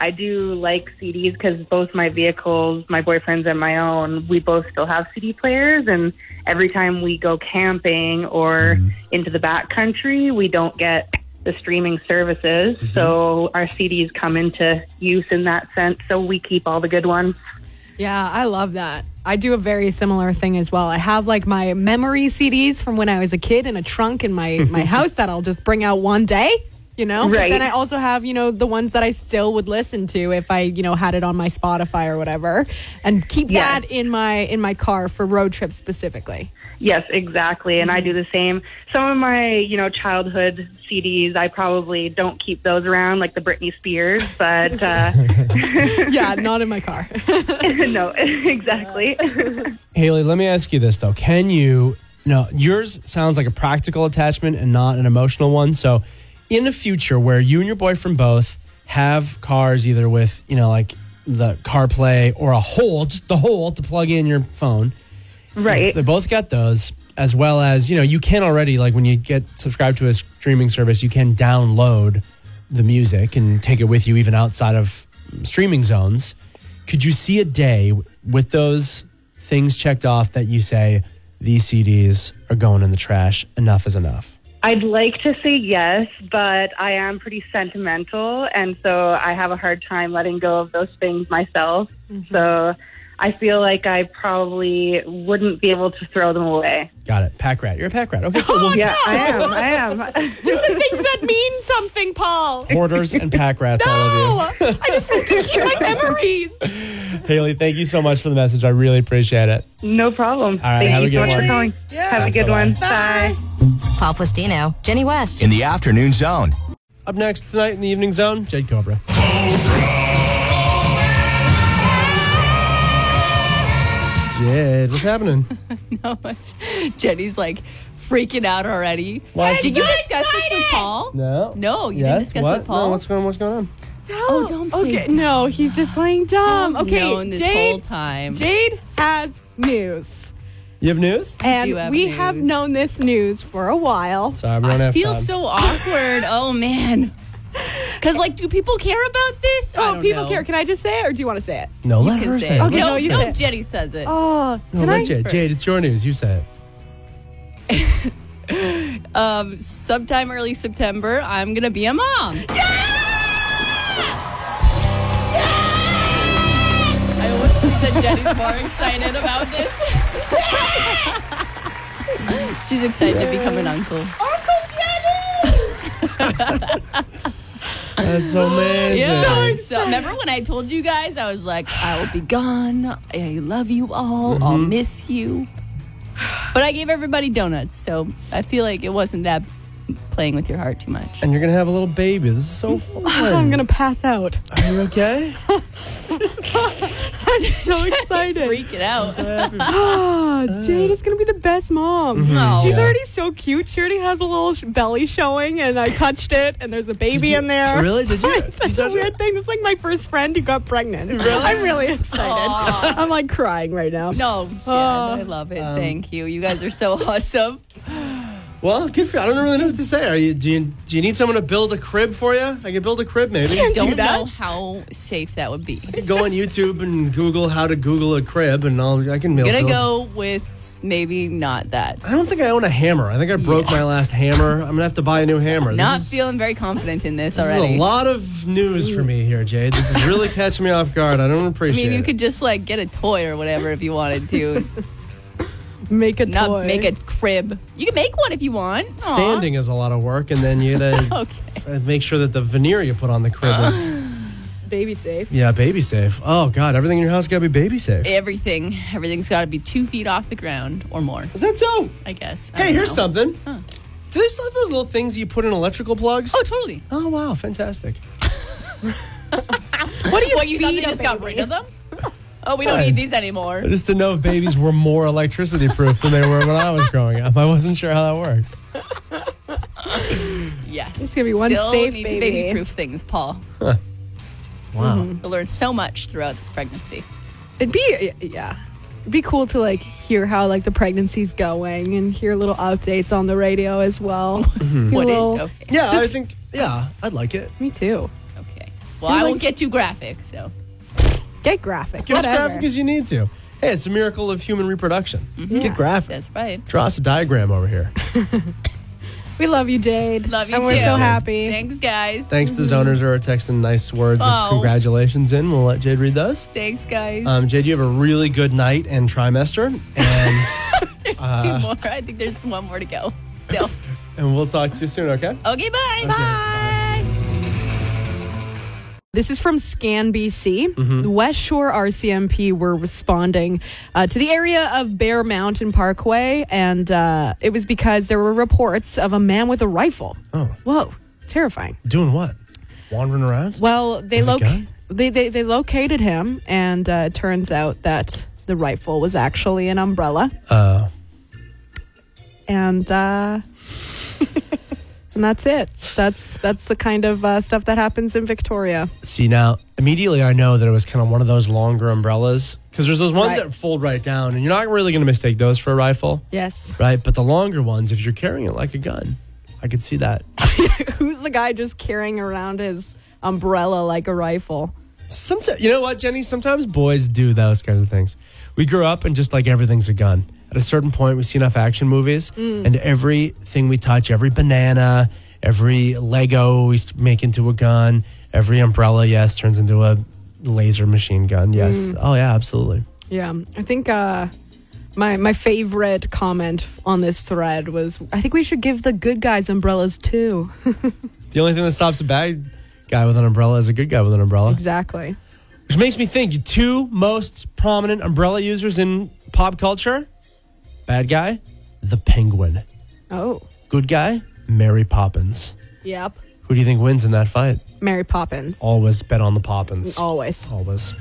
Speaker 5: I do like CDs because both my vehicles, my boyfriend's and my own, we both still have CD players. And every time we go camping or into the back country, we don't get the streaming services. So our CDs come into use in that sense. So we keep all the good ones.
Speaker 2: Yeah, I love that. I do a very similar thing as well. I have like my memory CDs from when I was a kid in a trunk in my my house that I'll just bring out one day, you know. But
Speaker 5: Right.
Speaker 2: then I also have you know the ones that I still would listen to if I you know had it on my Spotify or whatever, and keep
Speaker 5: Yes.
Speaker 2: that in my in my car for road trips specifically.
Speaker 5: Yes, exactly. And I do the same. Some of my, you know, childhood CDs, I probably don't keep those around, like the Britney Spears, but uh,
Speaker 2: yeah, not in my car.
Speaker 5: no, exactly.
Speaker 1: Haley, let me ask you this though. Can you no, yours sounds like a practical attachment and not an emotional one. So in the future where you and your boyfriend both have cars either with, you know, like the CarPlay or a hole, just the hole to plug in your phone.
Speaker 5: right.
Speaker 1: They both got those, as well as, you know, you can already, like when you get subscribed to a streaming service, you can download the music and take it with you even outside of streaming zones. Could you see a day w- with those things checked off that you say, these CDs are going in the trash? Enough is enough.
Speaker 5: I'd like to say yes, but I am pretty sentimental, and so I have a hard time letting go of those things myself. So I feel like I probably wouldn't be able to throw them away.
Speaker 1: Got it. Pack rat. You're a pack rat. Okay, cool. Well,
Speaker 5: Oh, Yeah, I am. I am.
Speaker 2: Things that mean something, Paul.
Speaker 1: Hoarders and pack rats, all of you.
Speaker 2: No, I just need to keep my memories.
Speaker 1: Haley, thank you so much for the message. I really appreciate it.
Speaker 5: no problem.
Speaker 1: right,
Speaker 5: Thank
Speaker 1: have
Speaker 5: you
Speaker 1: a good
Speaker 5: so much
Speaker 1: one.
Speaker 5: for calling. Have a good
Speaker 1: Bye-bye.
Speaker 5: one. Bye.
Speaker 4: Paul Plastino, Jenny West.
Speaker 7: in the afternoon zone.
Speaker 1: Up next tonight in the evening zone, Jade Cobra. Jade, what's happening?
Speaker 8: how much Jenny's like freaking out already.
Speaker 1: What?
Speaker 8: Did you discuss this with Paul?
Speaker 1: No.
Speaker 8: No, you didn't discuss
Speaker 1: what?
Speaker 8: with Paul.
Speaker 1: No, what's going? What's going on?
Speaker 8: Oh, don't play
Speaker 2: Okay, no, he's just playing dumb.
Speaker 8: Paul's
Speaker 2: Okay,
Speaker 8: known this
Speaker 2: Jade,
Speaker 8: whole time.
Speaker 2: Jade has news,
Speaker 1: You have news?
Speaker 2: and
Speaker 8: do have
Speaker 2: we have
Speaker 8: news.
Speaker 2: known this news for a while.
Speaker 1: Sorry, we don't
Speaker 8: I
Speaker 1: have
Speaker 8: feel
Speaker 1: time.
Speaker 8: so awkward. oh man. Cause like, do people care about this? I
Speaker 2: Oh,
Speaker 8: don't
Speaker 2: people
Speaker 8: know.
Speaker 2: care. Can I just say it, or do you want to say it?
Speaker 1: no, let
Speaker 8: You can
Speaker 1: her
Speaker 8: say
Speaker 1: say
Speaker 8: it.
Speaker 1: it.
Speaker 2: Okay,
Speaker 8: no,
Speaker 2: no, you
Speaker 8: no,
Speaker 2: say it.
Speaker 8: Jenny says it.
Speaker 2: Oh,
Speaker 1: No,
Speaker 2: can
Speaker 1: let
Speaker 2: I?
Speaker 1: Jade. Jade, it's your news. You say it.
Speaker 8: Um, sometime early September, I'm gonna be a mom. I always think that Jenny's more excited about this. She's excited to become an uncle.
Speaker 2: Oh,
Speaker 1: That's amazing.
Speaker 8: So remember when I told you guys I was like, I will be gone. I love you all. I'll miss you. But I gave everybody donuts, so I feel like it wasn't that playing with your heart too much.
Speaker 1: And you're gonna have a little baby. This is so fun.
Speaker 2: I'm gonna pass out.
Speaker 1: Are you okay?
Speaker 2: I'm so excited.
Speaker 8: Freak it out.
Speaker 2: Ah,
Speaker 1: Uh.
Speaker 2: Jade is gonna be the best mom.
Speaker 1: Mm-hmm.
Speaker 8: Oh.
Speaker 2: She's already so cute. She already has a little sh- belly showing, and I touched it, and there's a baby in there.
Speaker 1: Really? Did you?
Speaker 2: It's such a weird thing. It's like my first friend who got pregnant. I'm really excited. I'm like crying right now.
Speaker 8: No, Jen, I love it. Thank you. You guys are so awesome.
Speaker 1: Well, good for you. I don't really know what to say. Are you? Do you? Do you need someone to build a crib for you? I can build a crib, maybe.
Speaker 8: Don't
Speaker 2: that.
Speaker 8: know how safe that would be.
Speaker 1: go on YouTube and Google how to Google a crib, and I'll I can build.
Speaker 8: Gonna
Speaker 1: build-
Speaker 8: go with maybe not that.
Speaker 1: I don't think I own a hammer. I think I broke my last hammer. I'm gonna have to buy a new hammer. This
Speaker 8: Not
Speaker 1: is-
Speaker 8: feeling very confident in this
Speaker 1: This
Speaker 8: already.
Speaker 1: is a lot of news for me here, Jade. This is really catching me off guard. I don't
Speaker 8: I
Speaker 1: appreciate
Speaker 8: mean, you
Speaker 1: it.
Speaker 8: could just like get a toy or whatever if you wanted to,
Speaker 2: Make a
Speaker 8: not
Speaker 2: toy.
Speaker 8: make a crib. You can make one if you want. Aw. Oh.
Speaker 1: Sanding is a lot of work, and then you gotta
Speaker 8: Okay.
Speaker 1: f- make sure that the veneer you put on the crib is
Speaker 2: baby safe.
Speaker 1: yeah baby safe. Oh God, everything in your house gotta be baby safe.
Speaker 8: Everything, everything's got to be two feet off the ground or more.
Speaker 1: Is that so?
Speaker 8: I guess. I
Speaker 1: Hey,
Speaker 8: don't
Speaker 1: here's
Speaker 8: know.
Speaker 1: something. Do they still have those little things you put in electrical plugs?
Speaker 8: Oh, totally.
Speaker 1: Oh, wow, fantastic.
Speaker 8: What do you? What you thought they
Speaker 2: feed a
Speaker 8: just got rid
Speaker 2: baby?
Speaker 8: of them? Oh, we don't
Speaker 1: Fine.
Speaker 8: need these anymore.
Speaker 1: Just to know if babies were more electricity proof than they were when I was growing up. I wasn't sure how that worked.
Speaker 8: Yes.
Speaker 2: It's gonna be one
Speaker 8: Still
Speaker 2: safe
Speaker 8: need to
Speaker 2: baby.
Speaker 8: baby-proof things, Paul.
Speaker 1: Wow.
Speaker 8: I learned so much throughout this pregnancy.
Speaker 2: It'd be yeah. It'd be cool to like hear how like the pregnancy's going and hear little updates on the radio as well. Be
Speaker 8: What?
Speaker 2: a
Speaker 8: It,
Speaker 2: little-
Speaker 8: okay.
Speaker 1: Yeah, I think, yeah, I'd like it.
Speaker 2: Me too.
Speaker 8: Okay. Well, I won't get too graphic. So
Speaker 2: Get graphic.
Speaker 1: Get as
Speaker 2: whatever.
Speaker 1: graphic as you need to. Hey, it's a miracle of human reproduction. Get graphic.
Speaker 8: that's right.
Speaker 1: Draw us a diagram over here.
Speaker 2: we love you, Jade.
Speaker 8: Love you
Speaker 2: And we're
Speaker 8: too.
Speaker 2: so happy.
Speaker 8: Thanks, guys.
Speaker 1: Thanks to the zoners who are texting nice words
Speaker 8: Oh.
Speaker 1: of congratulations in. We'll let Jade read those.
Speaker 8: Thanks, guys.
Speaker 1: Um, Jade, you have a really good night and trimester, and
Speaker 8: there's two more. I think there's one more to go. Still.
Speaker 1: and we'll talk to you soon. Okay.
Speaker 8: Okay. Bye. Bye.
Speaker 2: This is from Scan BC. The West Shore RCMP were responding uh, to the area of Bear Mountain Parkway, and uh, it was because there were reports of a man with a rifle. Oh. Whoa, terrifying.
Speaker 1: Doing what? Wandering around.
Speaker 2: Well, they,
Speaker 1: With a
Speaker 2: loc-
Speaker 1: gun?
Speaker 2: they, they, they located him, and uh, it turns out that the rifle was actually an umbrella. Oh.
Speaker 1: Uh.
Speaker 2: And, uh,. And that's it. That's that's the kind of uh, stuff that happens in Victoria.
Speaker 1: See now, immediately I know that it was kind of one of those longer umbrellas because there's those ones
Speaker 2: Right.
Speaker 1: that fold right down, and you're not really going to mistake those for a rifle,
Speaker 2: Yes.
Speaker 1: right? But the longer ones, if you're carrying it like a gun, I could see that.
Speaker 2: Who's the guy just carrying around his umbrella like a rifle?
Speaker 1: Sometimes, you know what, Jenny? Sometimes boys do those kinds of things. We grew up and just like everything's a gun. At a certain point, we see enough action movies, and everything we touch, every banana, every Lego we s- make into a gun, every umbrella, yes, turns into a laser machine gun. Yes. Oh yeah, absolutely.
Speaker 2: Yeah, I think uh, my my favorite comment on this thread was, "I think we should give the good guys umbrellas too."
Speaker 1: The only thing that stops a bad guy with an umbrella is a good guy with an umbrella.
Speaker 2: exactly.
Speaker 1: Which makes me think your two most prominent umbrella users in pop culture bad guy, the penguin.
Speaker 2: Oh,
Speaker 1: Good guy, Mary Poppins.
Speaker 2: yep.
Speaker 1: Who do you think wins in that fight?
Speaker 2: Mary Poppins.
Speaker 1: Always bet on the Poppins.
Speaker 2: Always.
Speaker 1: Always.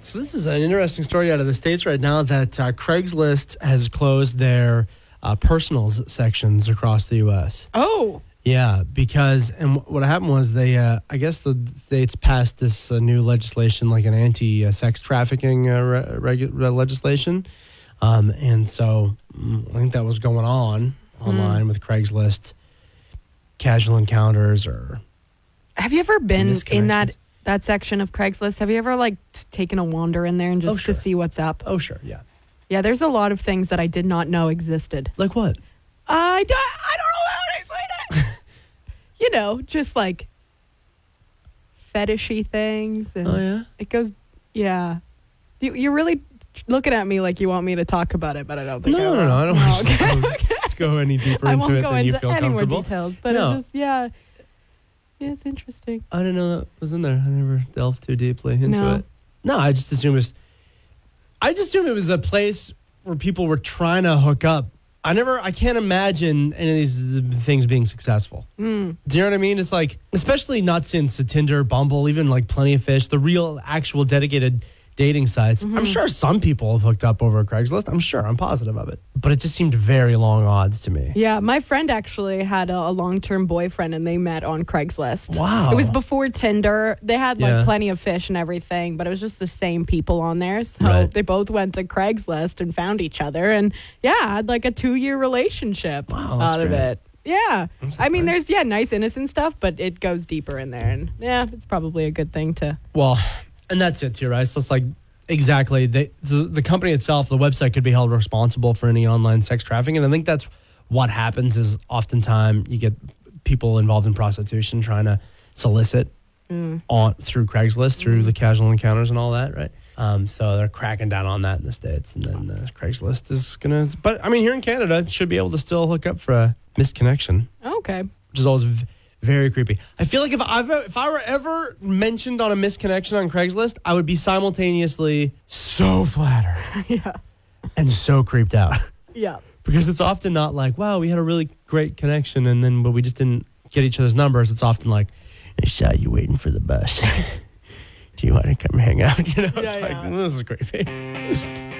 Speaker 1: So this is an interesting story out of the states right now that uh, Craigslist has closed their uh, personals sections across the U.S.
Speaker 2: Oh,
Speaker 1: Yeah, because and wh- what happened was they, uh, I guess the states passed this uh, new legislation, like an anti-sex trafficking uh, re- regu- uh, legislation, um, and so mm, I think that was going on
Speaker 2: Hmm.
Speaker 1: online with Craigslist, casual encounters, or
Speaker 2: have you ever been in that
Speaker 1: Misconnections.
Speaker 2: that section of Craigslist? Have you ever like t- taken a wander in there and just
Speaker 1: Oh, sure.
Speaker 2: to see what's up?
Speaker 1: oh sure, yeah,
Speaker 2: Yeah, there's a lot of things that I did not know existed.
Speaker 1: like what?
Speaker 2: I don't, I don't know how to explain it. you know, just like fetishy things, and
Speaker 1: Oh yeah,
Speaker 2: it goes, yeah. You, you're really looking at me like you want me to talk about it, but I don't think I
Speaker 1: No, no,
Speaker 2: will. Oh,
Speaker 1: no. I don't want you to go- go any deeper
Speaker 2: I
Speaker 1: into
Speaker 2: won't
Speaker 1: it
Speaker 2: go
Speaker 1: than you
Speaker 2: into
Speaker 1: feel
Speaker 2: any more
Speaker 1: comfortable.
Speaker 2: details, but
Speaker 1: No.
Speaker 2: it's just yeah, yeah, it's interesting.
Speaker 1: I didn't know that was in there. I never delved too deeply into
Speaker 2: No.
Speaker 1: it. No, I just assumed it was. I just assumed it was a place where people were trying to hook up. I never. I can't imagine any of these things being successful. Do you know what I mean? It's like, especially not since the Tinder, Bumble, even like Plenty of Fish, the real, actual, dedicated dating sites. I'm sure some people have hooked up over Craigslist. I'm sure. I'm positive of it. But it just seemed very long odds to me.
Speaker 2: Yeah, my friend actually had a, a long-term boyfriend, and they met on Craigslist.
Speaker 1: Wow.
Speaker 2: it was before Tinder. They had like
Speaker 1: Yeah.
Speaker 2: plenty of fish and everything, but it was just the same people on there. So
Speaker 1: Right.
Speaker 2: they both went to Craigslist and found each other, and yeah, had like a two-year relationship
Speaker 1: Wow, that's
Speaker 2: out of
Speaker 1: great.
Speaker 2: it. Yeah, I mean, there's yeah, nice innocent stuff, but it goes deeper in there, and yeah, it's probably a good thing to.
Speaker 1: Well, and that's it too, right? So it's like exactly the, the the company itself, the website could be held responsible for any online sex trafficking, and I think that's what happens is oftentimes you get people involved in prostitution trying to solicit on through Craigslist through the casual encounters and all that, right? Um, so they're cracking down on that in the states, and then uh, Craigslist is gonna. But I mean, here in Canada, it should be able to still hook up for a missed connection
Speaker 2: Okay,
Speaker 1: which is always v- very creepy. I feel like if I if I were ever mentioned on a misconnection on Craigslist, I would be simultaneously so flattered and so creeped out
Speaker 2: yeah.
Speaker 1: because it's often not like, "Wow, we had a really great connection," and then but we just didn't get each other's numbers. It's often like, "I saw you waiting for the bus. Do you want to come hang out?" You know, it's
Speaker 2: Yeah,
Speaker 1: like
Speaker 2: yeah.
Speaker 1: this is creepy.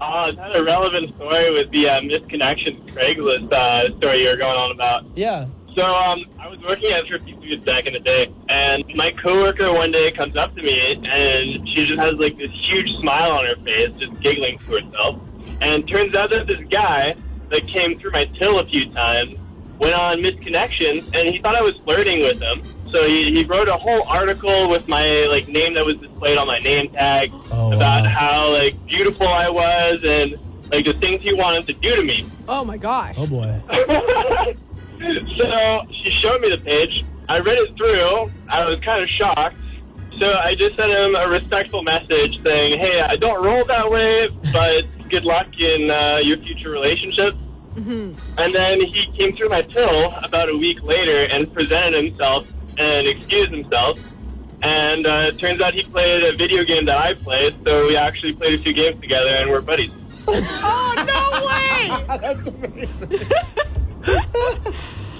Speaker 7: Uh, another relevant story was the uh, misconnection Craigslist uh, story you were going on about.
Speaker 1: Yeah.
Speaker 7: So um, I was working at Thrifty Foods back in the day, and my coworker one day comes up to me, and she just has like this huge smile on her face, just giggling to herself. And turns out that this guy that came through my till a few times went on misconnections, and he thought I was flirting with him. So he, he wrote a whole article with my like name that was displayed on my name tag
Speaker 1: Oh,
Speaker 7: about
Speaker 1: wow.
Speaker 7: how like beautiful I was and like the things he wanted to do to me.
Speaker 2: Oh my gosh.
Speaker 1: Oh boy.
Speaker 7: so she showed me the page. I read it through. I was kind of shocked. So I just sent him a respectful message saying, "Hey, I don't roll that way, but good luck in uh, your future relationship." And then he came through my till about a week later and presented himself and excused himself. And uh, it turns out he played a video game that I played, so we actually played a few games together and we're buddies.
Speaker 2: Oh no way!
Speaker 1: That's amazing.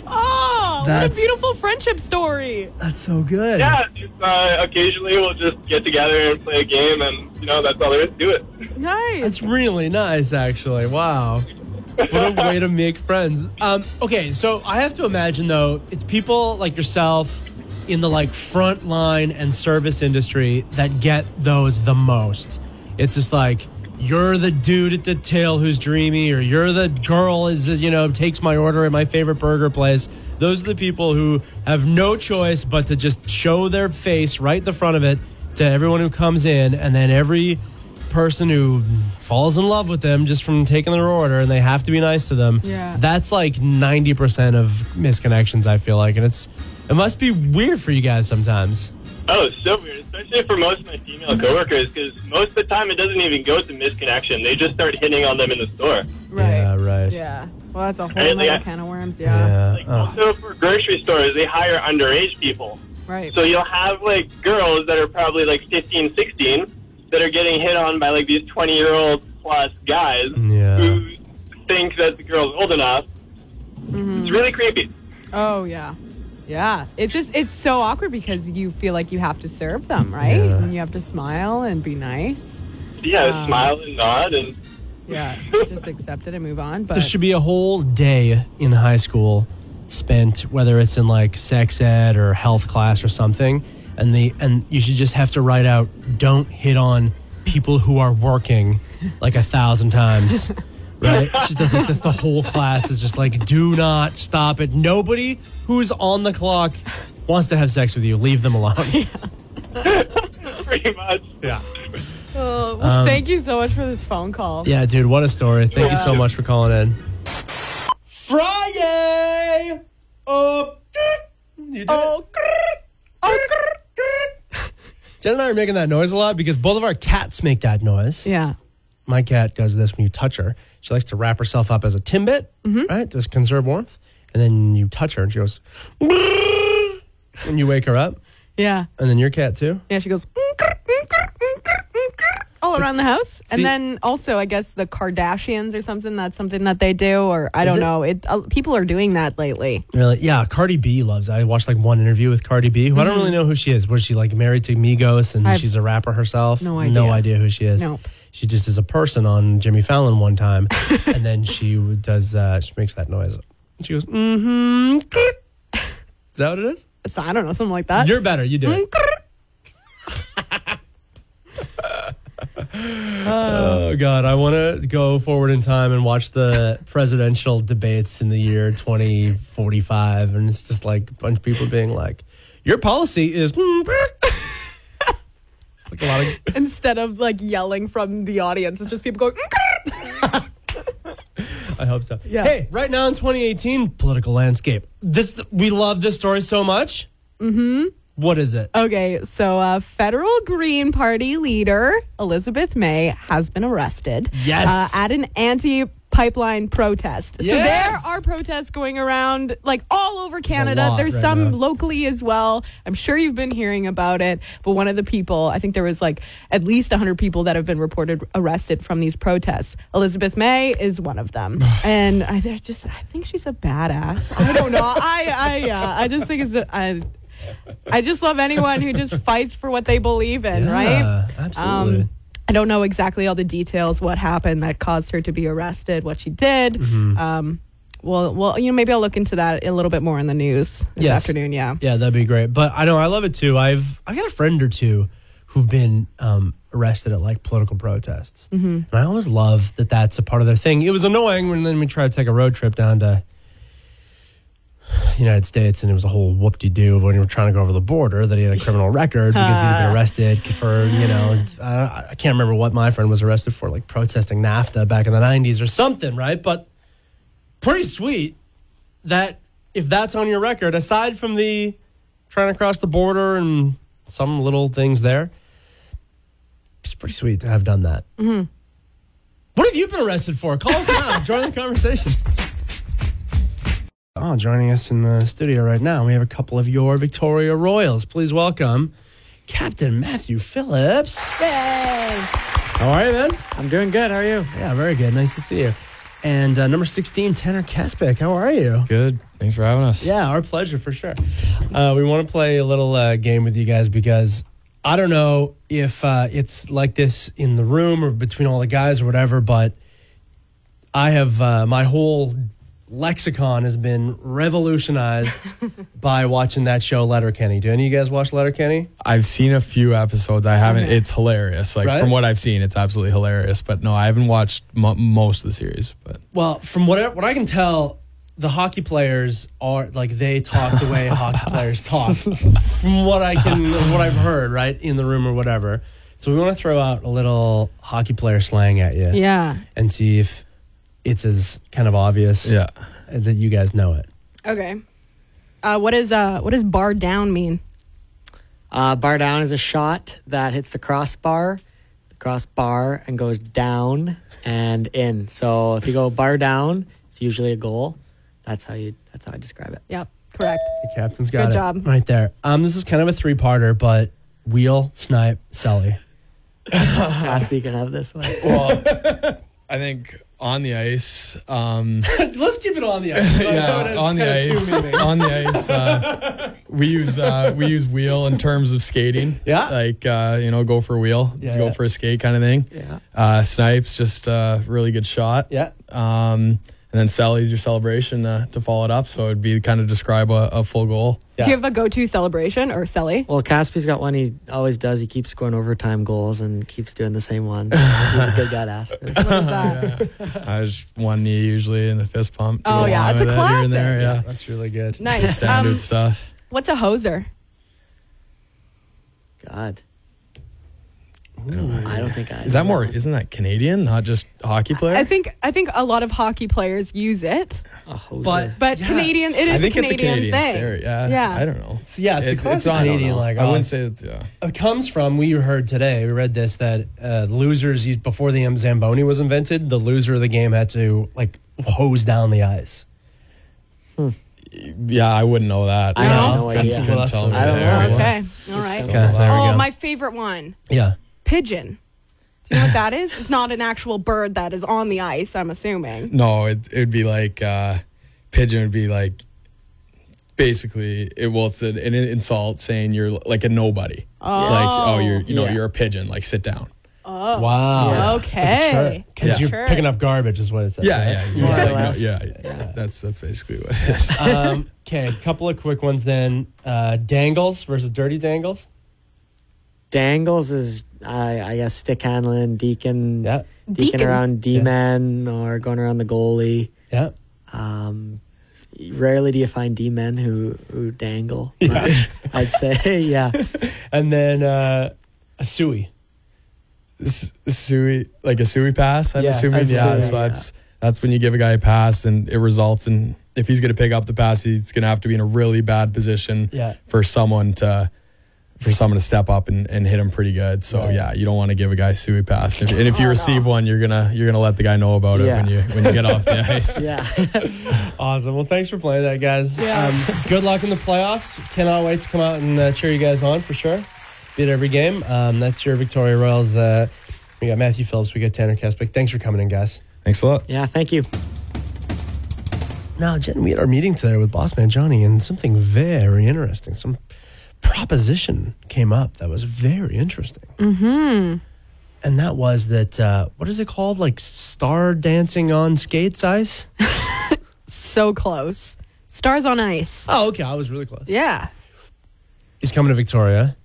Speaker 2: Oh, what
Speaker 1: That's-
Speaker 2: a beautiful friendship story.
Speaker 1: That's so good.
Speaker 7: Yeah, just, uh, occasionally we'll just get together and play a game, and you know that's all there is to it.
Speaker 2: Nice.
Speaker 1: That's really nice, actually. Wow. What a way to make friends. Um, okay, so I have to imagine, though, it's people like yourself in the like front line and service industry that get those the most. It's just like, you're the dude at the till who's dreamy, or you're the girl is you know takes my order at my favorite burger place. Those are the people who have no choice but to just show their face right in the front of it to everyone who comes in, and then every person who falls in love with them just from taking their order and they have to be nice to them.
Speaker 2: Yeah.
Speaker 1: That's like 90% of misconnections, I feel like. And it's, it must be weird for you guys sometimes.
Speaker 7: Oh, it's so weird, especially for most of my female coworkers, because most of the time it doesn't even go to misconnection. They just start hitting on them in the store.
Speaker 2: Right.
Speaker 1: Yeah, right.
Speaker 2: Yeah. Well, that's a whole
Speaker 7: Hey,
Speaker 2: other
Speaker 7: they got-
Speaker 2: can of worms. Yeah.
Speaker 9: Uh,
Speaker 1: Yeah.
Speaker 7: Like,
Speaker 1: Oh,
Speaker 7: also for grocery stores, they hire underage people.
Speaker 2: Right.
Speaker 7: So you'll have like girls that are probably like 15, 16 that are getting hit on by like these 20 year old plus guys
Speaker 1: Yeah.
Speaker 7: who think that the girl's old enough. It's really creepy.
Speaker 2: oh yeah. Yeah. It's just it's so awkward because you feel like you have to serve them, right?
Speaker 1: Yeah.
Speaker 2: And you have to smile and be nice.
Speaker 7: Yeah,
Speaker 2: Wow.
Speaker 7: smile and nod and
Speaker 2: Yeah. just accept it and move on.
Speaker 1: there
Speaker 2: But
Speaker 1: should be a whole day in high school spent, whether it's in like sex ed or health class or something. And the and you should just have to write out don't hit on people who are working like a thousand times. Right? It's just like this the whole class is just like, do not stop it. Nobody who's on the clock wants to have sex with you. Leave them alone.
Speaker 7: pretty much.
Speaker 1: Yeah.
Speaker 2: Oh, well,
Speaker 1: um,
Speaker 2: thank you so much for this phone call.
Speaker 1: Yeah, dude, what a story. Thank you so much for calling in. Friday! Oh, you did it.
Speaker 2: Oh, grrr. oh, grrr.
Speaker 1: Jen and I are making that noise a lot because both of our cats make that noise.
Speaker 2: Yeah.
Speaker 1: My cat does this when you touch her. She likes to wrap herself up as a Timbit, right? To conserve warmth. And then you touch her and she goes, "Brrr," and you wake her up.
Speaker 2: Yeah.
Speaker 1: And then your cat too.
Speaker 2: Yeah, she goes "Mm, "Nkr, nkr, nkr, nkr," mm, all around the house,
Speaker 1: See-
Speaker 2: and then also I guess the Kardashians or something. That's something that they do, or I don't
Speaker 1: it?
Speaker 2: know. It uh, people are doing that lately.
Speaker 1: Really? Yeah, Cardi B loves. It. I watched like one interview with Cardi B, who I don't really know who she is. Was she like married to Migos and
Speaker 2: Mm-hmm. I've
Speaker 1: she's a rapper herself?
Speaker 2: no
Speaker 1: No
Speaker 2: idea.
Speaker 1: idea who she is.
Speaker 2: Nope.
Speaker 1: She just is a person on Jimmy Fallon one time, and then she does. Uh, she makes that noise. She goes, mm-hmm. Is that what it is?
Speaker 2: So I don't know, something like that. Mm,
Speaker 1: You're better. You do it. Oh God, I want to go forward in time and watch the presidential debates in the year 2045, and it's just like a bunch of people being like, "Your policy is." it's like a lot of
Speaker 2: Instead of like yelling from the audience, it's just people going. "Mm, "Nkr."
Speaker 1: I hope so.
Speaker 2: Yeah.
Speaker 1: Hey, right now in 2018, political landscape. This we love this story so much. Mm-hmm. What is it?
Speaker 2: Okay, so uh, federal Green Party leader Elizabeth May has been arrested.
Speaker 1: Yes.
Speaker 2: uh, at an anti. Pipeline protest. So there
Speaker 1: Yes.
Speaker 2: are protests going around like all over Canada.
Speaker 1: lot
Speaker 2: There's
Speaker 1: right
Speaker 2: some
Speaker 1: now.
Speaker 2: locally as well. I'm sure you've been hearing about it. But one of the people, I think there was like at least 100 people that have been reported arrested from these protests. Elizabeth May is one of them, and I they're just I think she's a badass. I don't know. I I uh, I just think it's a, I, I just love anyone who just fights for what they believe in,
Speaker 1: Yeah,
Speaker 2: right? Um,
Speaker 1: absolutely.
Speaker 2: I don't know exactly all the details, what happened that caused her to be arrested, what she did.
Speaker 9: Mm-hmm.
Speaker 2: Um, well, well, you know, maybe I'll look into that a little bit more in the news this
Speaker 1: Yes.
Speaker 2: afternoon. Yeah.
Speaker 1: Yeah, that'd be great. But I know I love it too. I've I got a friend or two who've been um, arrested at like political protests,
Speaker 2: Mm-hmm.
Speaker 1: and I always love that that's a part of their thing. It was annoying when then we tried to take a road trip down to the United States, and it was a whole whoop de doo when we were trying to go over the border that he had a criminal record because he'd been arrested for you know I, I can't remember what my friend was arrested for, like protesting NAFTA back in the '90s or something, right? But pretty sweet that if that's on your record, aside from the trying to cross the border and some little things there, it's pretty sweet to have done that. Mm-hmm. What have you been arrested for? Call us now. Join the conversation. Oh, joining us in the studio right now, we have a couple of your Victoria Royals. Please welcome Captain Matthew Phillips. How are you, man?
Speaker 9: I'm doing good. How are you?
Speaker 1: Yeah, very good. Nice to see you. And uh, number 16, Tanner Kaspic. How are you?
Speaker 9: Good. Thanks for having us.
Speaker 1: Yeah, our pleasure for sure. Uh, we want to play a little uh, game with you guys because I don't know if uh, it's like this in the room or between all the guys or whatever, but I have uh, my whole lexicon has been revolutionized by watching that show Letterkenny. Do any of you guys watch Letterkenny?
Speaker 9: I've seen a few episodes. I haven't. It's hilarious. Like
Speaker 1: Right?
Speaker 9: from what I've seen, it's absolutely hilarious. But no, I haven't watched mo most of the series. But
Speaker 1: Well, from what I, what I can tell, the hockey players are like they talk the way hockey players talk. From what I can, what I've heard, right in the room or whatever. So we want to throw out a little hockey player slang at you,
Speaker 2: Yeah.
Speaker 1: and see if it's as kind of obvious,
Speaker 9: yeah,
Speaker 1: that you guys know it.
Speaker 2: Okay. Uh, what is uh, what does bar down mean?
Speaker 10: Uh, bar down is a shot that hits the crossbar, the crossbar, and goes down and in. So if you go bar down, it's usually a goal. That's how you. That's how I describe it.
Speaker 2: Yep. Correct.
Speaker 1: The captain's got
Speaker 2: Good
Speaker 1: it
Speaker 2: job.
Speaker 1: right there. Um, this is kind of a three parter, but wheel, snipe, Sully.
Speaker 10: Last week I have this one.
Speaker 9: I think on the ice. Um,
Speaker 1: Let's keep it on the ice.
Speaker 9: yeah, on the ice. On the ice. Uh, we use uh, we use wheel in terms of skating.
Speaker 1: Yeah.
Speaker 9: like uh, you know, go for a wheel.
Speaker 1: Yeah,
Speaker 9: let's go
Speaker 1: yeah.
Speaker 9: for a skate kind of thing.
Speaker 10: Yeah.
Speaker 9: Uh, snipes, just uh, really good shot.
Speaker 1: Yeah.
Speaker 9: Um, and then Sally's your celebration uh, to follow it up. So it'd be kind of describe a, a full goal.
Speaker 1: Yeah.
Speaker 2: Do you have a go-to celebration or Selly?
Speaker 10: Well, Caspi's got one he always does. He keeps scoring overtime goals and keeps doing the same one. He's a good guy to ask. for.
Speaker 2: What is that?
Speaker 9: I just one knee usually and the fist pump. to
Speaker 2: Oh,
Speaker 9: go
Speaker 2: yeah,
Speaker 9: along
Speaker 2: it's a
Speaker 9: with it Here and there, yeah.
Speaker 1: That's really good.
Speaker 2: Nice.
Speaker 9: Standard
Speaker 2: Um,
Speaker 9: stuff.
Speaker 2: what's a hoser?
Speaker 10: God. I don't think I.
Speaker 9: Is that more? Isn't that Canadian? Not just hockey player?
Speaker 2: I think I think a lot of hockey players use it.
Speaker 1: But
Speaker 2: But Canadian, it is
Speaker 9: I think
Speaker 2: a
Speaker 9: it's a
Speaker 2: Canadian
Speaker 9: Canadian
Speaker 2: thing.
Speaker 9: stare. Yeah.
Speaker 2: yeah.
Speaker 9: I don't know. It's,
Speaker 1: yeah, it's a classic
Speaker 9: I don't
Speaker 1: Canadian,
Speaker 9: know.
Speaker 1: like, uh,
Speaker 9: I wouldn't say it's yeah.
Speaker 1: it comes from we heard today we read this that uh, losers used before the M Zamboni was invented the loser of the game had to like hose down the ice
Speaker 9: Yeah, I wouldn't know that.
Speaker 10: I
Speaker 1: No,
Speaker 10: have no
Speaker 1: that's-
Speaker 10: idea.
Speaker 1: well, that's
Speaker 9: tell me
Speaker 1: I
Speaker 10: don't
Speaker 9: there.
Speaker 10: know.
Speaker 2: Okay. All right.
Speaker 10: Okay,
Speaker 1: there we
Speaker 2: oh,
Speaker 1: go.
Speaker 2: my favorite one.
Speaker 1: yeah
Speaker 2: Pigeon. Do you know what that is? It's not an actual bird that is on the ice, I'm assuming.
Speaker 9: No, it it would be like uh, pigeon would be like basically it well it's an, an insult saying you're like a nobody. Oh. Like oh you're you know
Speaker 10: Yeah.
Speaker 9: you're a pigeon like sit down.
Speaker 1: wow
Speaker 2: Oh. Okay.
Speaker 1: because
Speaker 9: Yeah.
Speaker 1: you're picking up garbage is what it says
Speaker 9: Yeah, yeah, you're
Speaker 10: More
Speaker 9: just
Speaker 10: or
Speaker 9: like, no,
Speaker 10: less.
Speaker 9: yeah, yeah. That's that's basically what it is.
Speaker 1: um, okay a couple of quick ones then uh, dangles versus dirty dangles
Speaker 10: Dangles is, I, I guess, stick handling, deacon,
Speaker 1: Yeah.
Speaker 10: deacon,
Speaker 2: Deacon.
Speaker 10: around D men or going around the goalie.
Speaker 1: yeah
Speaker 10: Rarely do you find D men who, who dangle. much, I'd say, yeah.
Speaker 1: and then uh, a suey
Speaker 9: S- Sui, like a Sui pass, I'm
Speaker 1: Yeah,
Speaker 9: assuming.
Speaker 1: I'd say,
Speaker 9: Yeah,
Speaker 1: yeah,
Speaker 9: so
Speaker 1: yeah.
Speaker 9: that's that's when you give a guy a pass, and it results in if he's going to pick up the pass, he's going to have to be in a really bad position
Speaker 1: Yeah.
Speaker 9: for someone to for someone to step up and, and hit him pretty good. So
Speaker 1: Right.
Speaker 9: yeah, you don't want to give a guy Sui pass, and if, and if you receive one, you're gonna you're gonna let the guy know about it
Speaker 10: Yeah.
Speaker 9: when you when you get off the ice.
Speaker 10: Yeah.
Speaker 1: Awesome. Well, thanks for playing that, guys. Um, good luck in the playoffs. Cannot wait to come out and uh, cheer you guys on for sure. Beat every game. Um, that's your Victoria Royals. Uh, we got Matthew Phillips. We got Tanner Kaspic. Thanks for coming in, guys.
Speaker 9: Thanks a lot.
Speaker 10: Yeah. Thank you.
Speaker 1: Now, Jen, we had our meeting today with Boss Man Johnny, and something very interesting. Some proposition came up that was very interesting. Mm-hmm. And that was that uh, what is it called? Like star dancing on skates ice?
Speaker 2: So close. Stars on ice.
Speaker 1: oh, okay. I was really close.
Speaker 2: Yeah.
Speaker 1: He's coming to Victoria.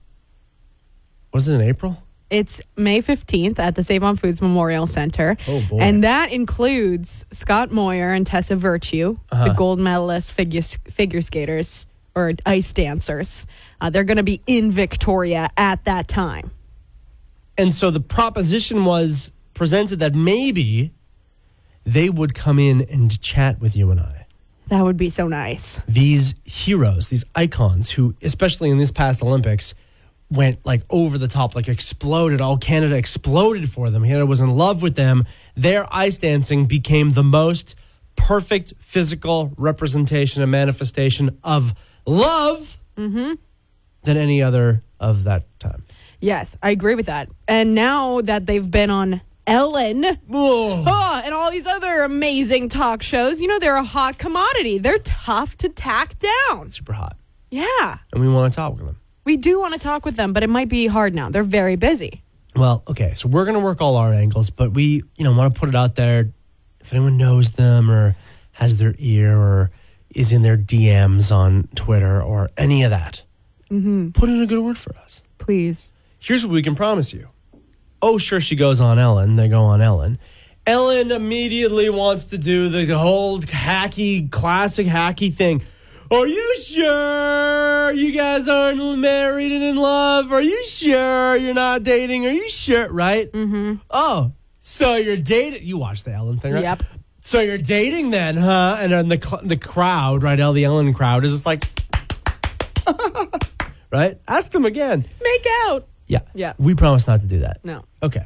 Speaker 1: Was it in April?
Speaker 2: It's May 15th at the Save on Foods Memorial Center.
Speaker 1: Oh, boy.
Speaker 2: And that includes Scott Moyer and Tessa Virtue, the gold medalist figure, figure skaters or ice dancers. Uh, they're going to be in Victoria at that time.
Speaker 1: And so the proposition was presented that maybe they would come in and chat with you and I.
Speaker 2: That would be so nice.
Speaker 1: These heroes, these icons who, especially in this past Olympics, went like over the top, like exploded. All Canada exploded for them. Canada was in love with them. Their ice dancing became the most perfect physical representation and manifestation of love than any other of that time.
Speaker 2: Yes, I agree with that. And now that they've been on Ellen oh, and all these other amazing talk shows, you know, they're a hot commodity. They're tough to tack down.
Speaker 1: Super hot.
Speaker 2: Yeah.
Speaker 1: And we want to talk with them.
Speaker 2: We do want to talk with them, but it might be hard now. They're very busy.
Speaker 1: Well, okay, so we're gonna work all our angles, but we, you know, want to put it out there. If anyone knows them or has their ear or is in their DMs on Twitter or any of that, put in a good word for us.
Speaker 2: Please.
Speaker 1: Here's what we can promise you. Oh, sure, she goes on Ellen. They go on Ellen. Ellen immediately wants to do the whole hacky, classic hacky thing. Are you sure you guys aren't married and in love? Are you sure you're not dating? Are you sure? Right? Mm-hmm. Oh, so you're dating. You watched the Ellen thing, right?
Speaker 2: Yep.
Speaker 1: So you're dating then, huh? And then the cl- the crowd, right? All the Ellen crowd is just like, right? Ask them again.
Speaker 2: Make out.
Speaker 1: Yeah.
Speaker 2: Yeah.
Speaker 1: We promise not to do that.
Speaker 2: No.
Speaker 1: Okay.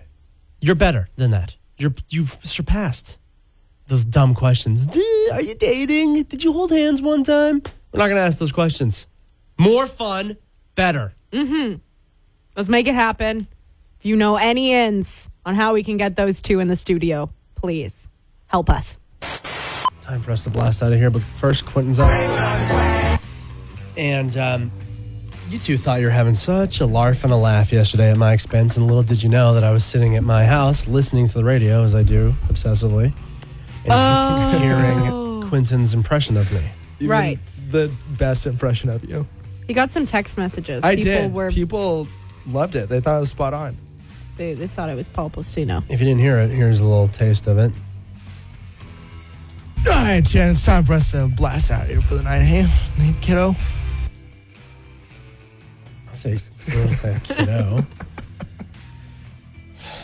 Speaker 1: You're better than that. You're you've surpassed those dumb questions. D- Are you dating? Did you hold hands one time? We're not going to ask those questions. More fun, better.
Speaker 2: Let's make it happen. If you know any ins on how we can get those two in the studio, please help us.
Speaker 1: Time for us to blast out of here, but first, Quentin's up. And um, you two thought you were having such a larf and a laugh yesterday at my expense, and little did you know that I was sitting at my house listening to the radio, as I do obsessively, and
Speaker 11: Oh.
Speaker 1: hearing Quentin's impression of me.
Speaker 2: Right.
Speaker 11: The best impression of you.
Speaker 2: He got some text messages.
Speaker 11: I
Speaker 2: People
Speaker 11: did.
Speaker 2: were
Speaker 11: People loved it. They thought it was spot on.
Speaker 2: they, they thought it was Paul Plastino.
Speaker 1: If you didn't hear it, here's a little taste of it.
Speaker 11: All right, Jen, it's time for us to blast out here for the night. Hey, hey kiddo.
Speaker 1: I'll say, I'll say kiddo.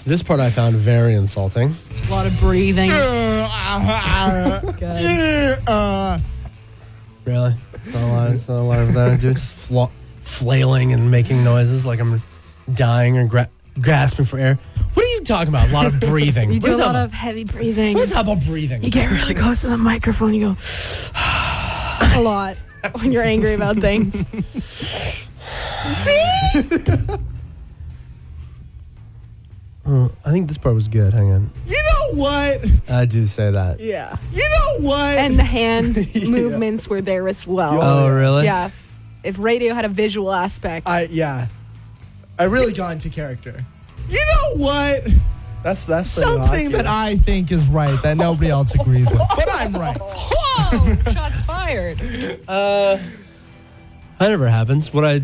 Speaker 1: This part I found very insulting.
Speaker 2: A lot of breathing.
Speaker 11: uh,
Speaker 1: Really? It's not a lot, it's not a lot of that I do. Just fla- flailing and making noises like I'm dying or gra- grasping for air. What are you talking about? A lot of breathing.
Speaker 2: You
Speaker 1: What
Speaker 2: do a
Speaker 1: is
Speaker 2: lot
Speaker 1: that
Speaker 2: of heavy breathing.
Speaker 1: What is that about breathing?
Speaker 2: You get really close to the microphone. You go a lot when you're angry about things. See?
Speaker 1: Oh, I think this part was good. Hang on.
Speaker 11: You know what?
Speaker 1: I do say that.
Speaker 2: Yeah.
Speaker 11: You know what?
Speaker 2: And the hand movements were there as well.
Speaker 1: Oh, really?
Speaker 2: Yeah. If, if radio had a visual aspect,
Speaker 11: I yeah. I really got into character. You know what?
Speaker 12: That's that's the
Speaker 11: Something
Speaker 12: knock,
Speaker 11: that
Speaker 12: yeah.
Speaker 11: I think is right that nobody else agrees with, but I'm right.
Speaker 8: Whoa! Shots fired.
Speaker 1: That never happens. What I,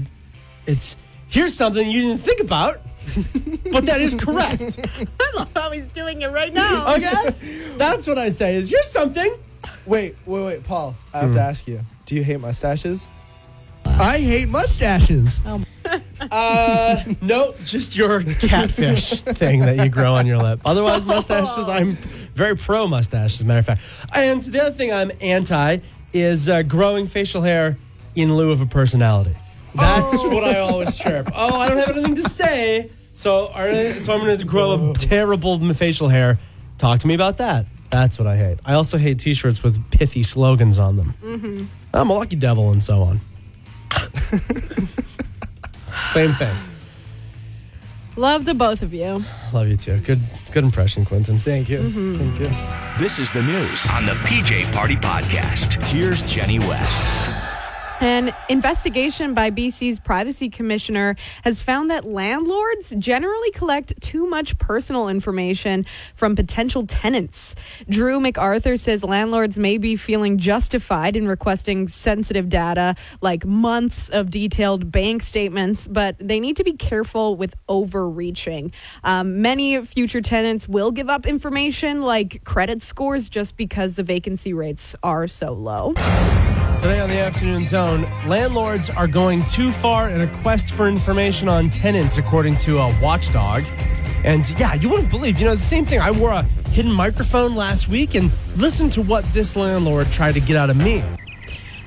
Speaker 1: it's here's something you didn't think about, but that is correct.
Speaker 2: how he's doing it right now.
Speaker 1: Okay, that's what I say. Is here's something. Hmm.
Speaker 12: Wait, wait, wait, Paul. I have to ask you. Do you hate mustaches?
Speaker 11: I hate mustaches.
Speaker 1: Uh, no, just your catfish thing that you grow on your lip. Otherwise, mustaches. I'm very pro mustache, as a matter of fact. And the other thing I'm anti is uh, growing facial hair in lieu of a personality. That's what I always chirp. Oh, I don't have anything to say, so are, so I'm going to grow a terrible facial hair. Talk to me about that. That's what I hate. I also hate T-shirts with pithy slogans on them. I'm a lucky devil and so on. Same thing.
Speaker 2: Love the both of you.
Speaker 1: Love you too. Good, good impression, Quentin.
Speaker 12: Thank you.
Speaker 2: Mm-hmm.
Speaker 12: Thank you.
Speaker 13: This is the news on the PJ Party Podcast. Here's Jenny West.
Speaker 2: An investigation by BC's privacy commissioner has found that landlords generally collect too much personal information from potential tenants. Drew MacArthur says landlords may be feeling justified in requesting sensitive data like months of detailed bank statements, but they need to be careful with overreaching. Um, many future tenants will give up information like credit scores just because the vacancy rates are so low.
Speaker 1: Today on the afternoon zone, landlords are going too far in a quest for information on tenants, according to a watchdog. And yeah, you wouldn't believe, you know, it's the same thing. I wore a hidden microphone last week and listen to what this landlord tried to get out of me.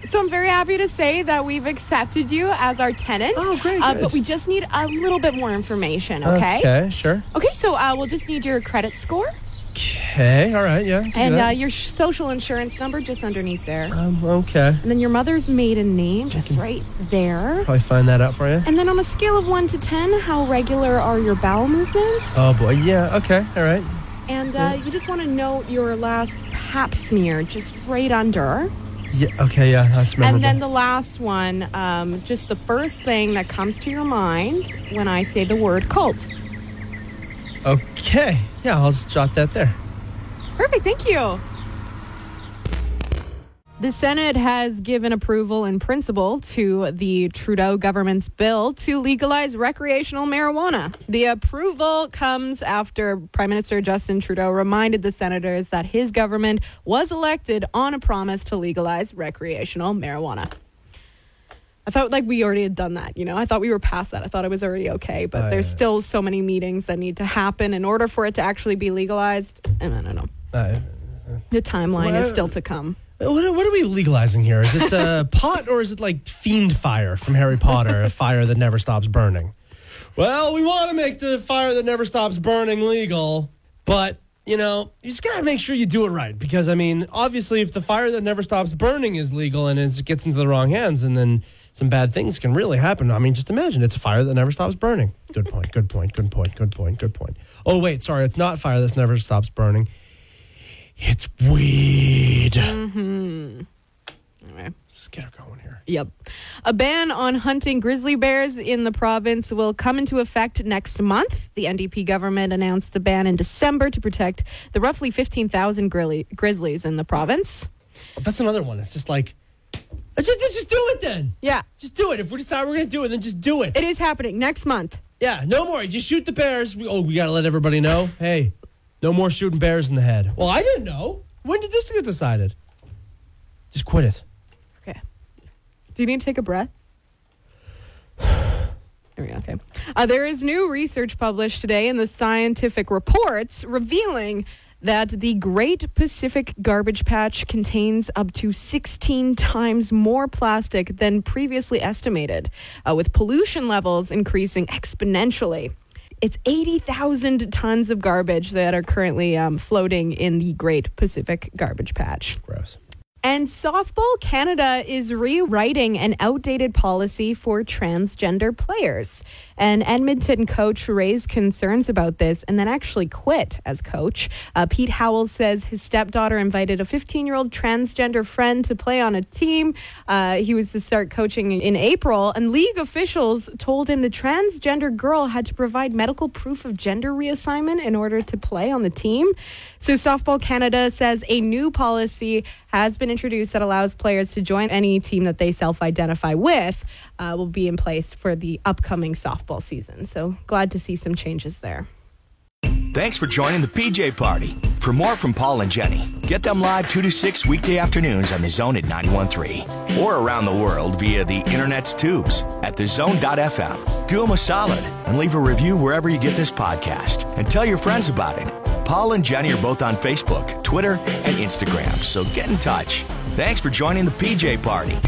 Speaker 2: So I'm very happy to say that we've accepted you as our tenant.
Speaker 1: Oh, great,
Speaker 2: Uh,
Speaker 1: good.
Speaker 2: but we just need a little bit more information, okay?
Speaker 1: Okay, sure.
Speaker 2: Okay, so uh, we'll just need your credit score
Speaker 1: Okay, all right, yeah.
Speaker 2: and
Speaker 1: yeah.
Speaker 2: uh, your sh- social insurance number just underneath there.
Speaker 1: um, okay.
Speaker 2: and then your mother's maiden name just right there.
Speaker 1: Probably find that out for you.
Speaker 2: And then on a scale of 1 to 10, how regular are your bowel movements?
Speaker 1: Oh boy, yeah, okay, all right.
Speaker 2: and uh, you just want to note your last pap smear just right under.
Speaker 1: Yeah, okay, yeah, that's memorable.
Speaker 2: And then the last one, um, just the first thing that comes to your mind when I say the word cult.
Speaker 1: okay, yeah, I'll just jot that there.
Speaker 2: Perfect, thank you. The Senate has given approval in principle to the Trudeau government's bill to legalize recreational marijuana. The approval comes after Prime Minister Justin Trudeau reminded the senators that his government was elected on a promise to legalize recreational marijuana. I thought like we already had done that, you know. I thought we were past that. I thought it was already okay, but
Speaker 1: Oh,
Speaker 2: there's
Speaker 1: yeah.
Speaker 2: still so many meetings that need to happen in order for it to actually be legalized. And I don't know.
Speaker 1: Uh,
Speaker 2: The timeline is
Speaker 1: Well-
Speaker 2: still to come.
Speaker 1: What are, what are we legalizing here? Is it uh, pot or is it like fiend fire from Harry Potter, a fire that never stops burning? Well, we want to make the fire that never stops burning legal, but you know, you just gotta make sure you do it right because I mean, obviously, if the fire that never stops burning is legal and it's- it gets into the wrong hands, and then some bad things can really happen. I mean, just imagine it's a fire that never stops burning. Good point. Good point. Good point. Good point. Good point. Oh wait, sorry, it's not fire that never stops burning. It's weed.
Speaker 2: Anyway.
Speaker 1: Let's get her going here.
Speaker 2: Yep. A ban on hunting grizzly bears in the province will come into effect next month. The NDP government announced the ban in December to protect the roughly 15,000 grilli- grizzlies in the province.
Speaker 1: That's another one. It's just like, just, just do it then.
Speaker 2: Yeah.
Speaker 1: Just do it. If we decide we're going to do it, then just do it.
Speaker 2: It is happening next month.
Speaker 1: Yeah, no more. You shoot the bears. We, oh, we got to let everybody know. Hey, no more shooting bears in the head. Well, I didn't know. When did this get decided? Just quit it.
Speaker 2: Okay. Do you need to take a breath? There area. Okay. Uh, there is new research published today in the scientific reports revealing that the Great Pacific Garbage Patch contains up to 16 times more plastic than previously estimated, uh, with pollution levels increasing exponentially. It's 80,000 tons of garbage that are currently um, floating in the Great Pacific Garbage Patch.
Speaker 1: Gross.
Speaker 2: And Softball Canada is rewriting an outdated policy for transgender players. An Edmonton coach raised concerns about this and then actually quit as coach. Uh, Pete Howell says his stepdaughter invited a 15 year old transgender friend to play on a team. Uh, he was to start coaching in April, and league officials told him the transgender girl had to provide medical proof of gender reassignment in order to play on the team. So, Softball Canada says a new policy has been introduced that allows players to join any team that they self identify with, uh, will be in place for the upcoming softball season. So, glad to see some changes there.
Speaker 13: Thanks for joining the PJ Party. For more from Paul and Jenny, get them live 2 to 6 weekday afternoons on The Zone at 91.3 or around the world via the internet's tubes at thezone.fm. Do them a solid and leave a review wherever you get this podcast and tell your friends about it. Paul and Jenny are both on Facebook, Twitter, and Instagram, so get in touch. Thanks for joining the PJ Party.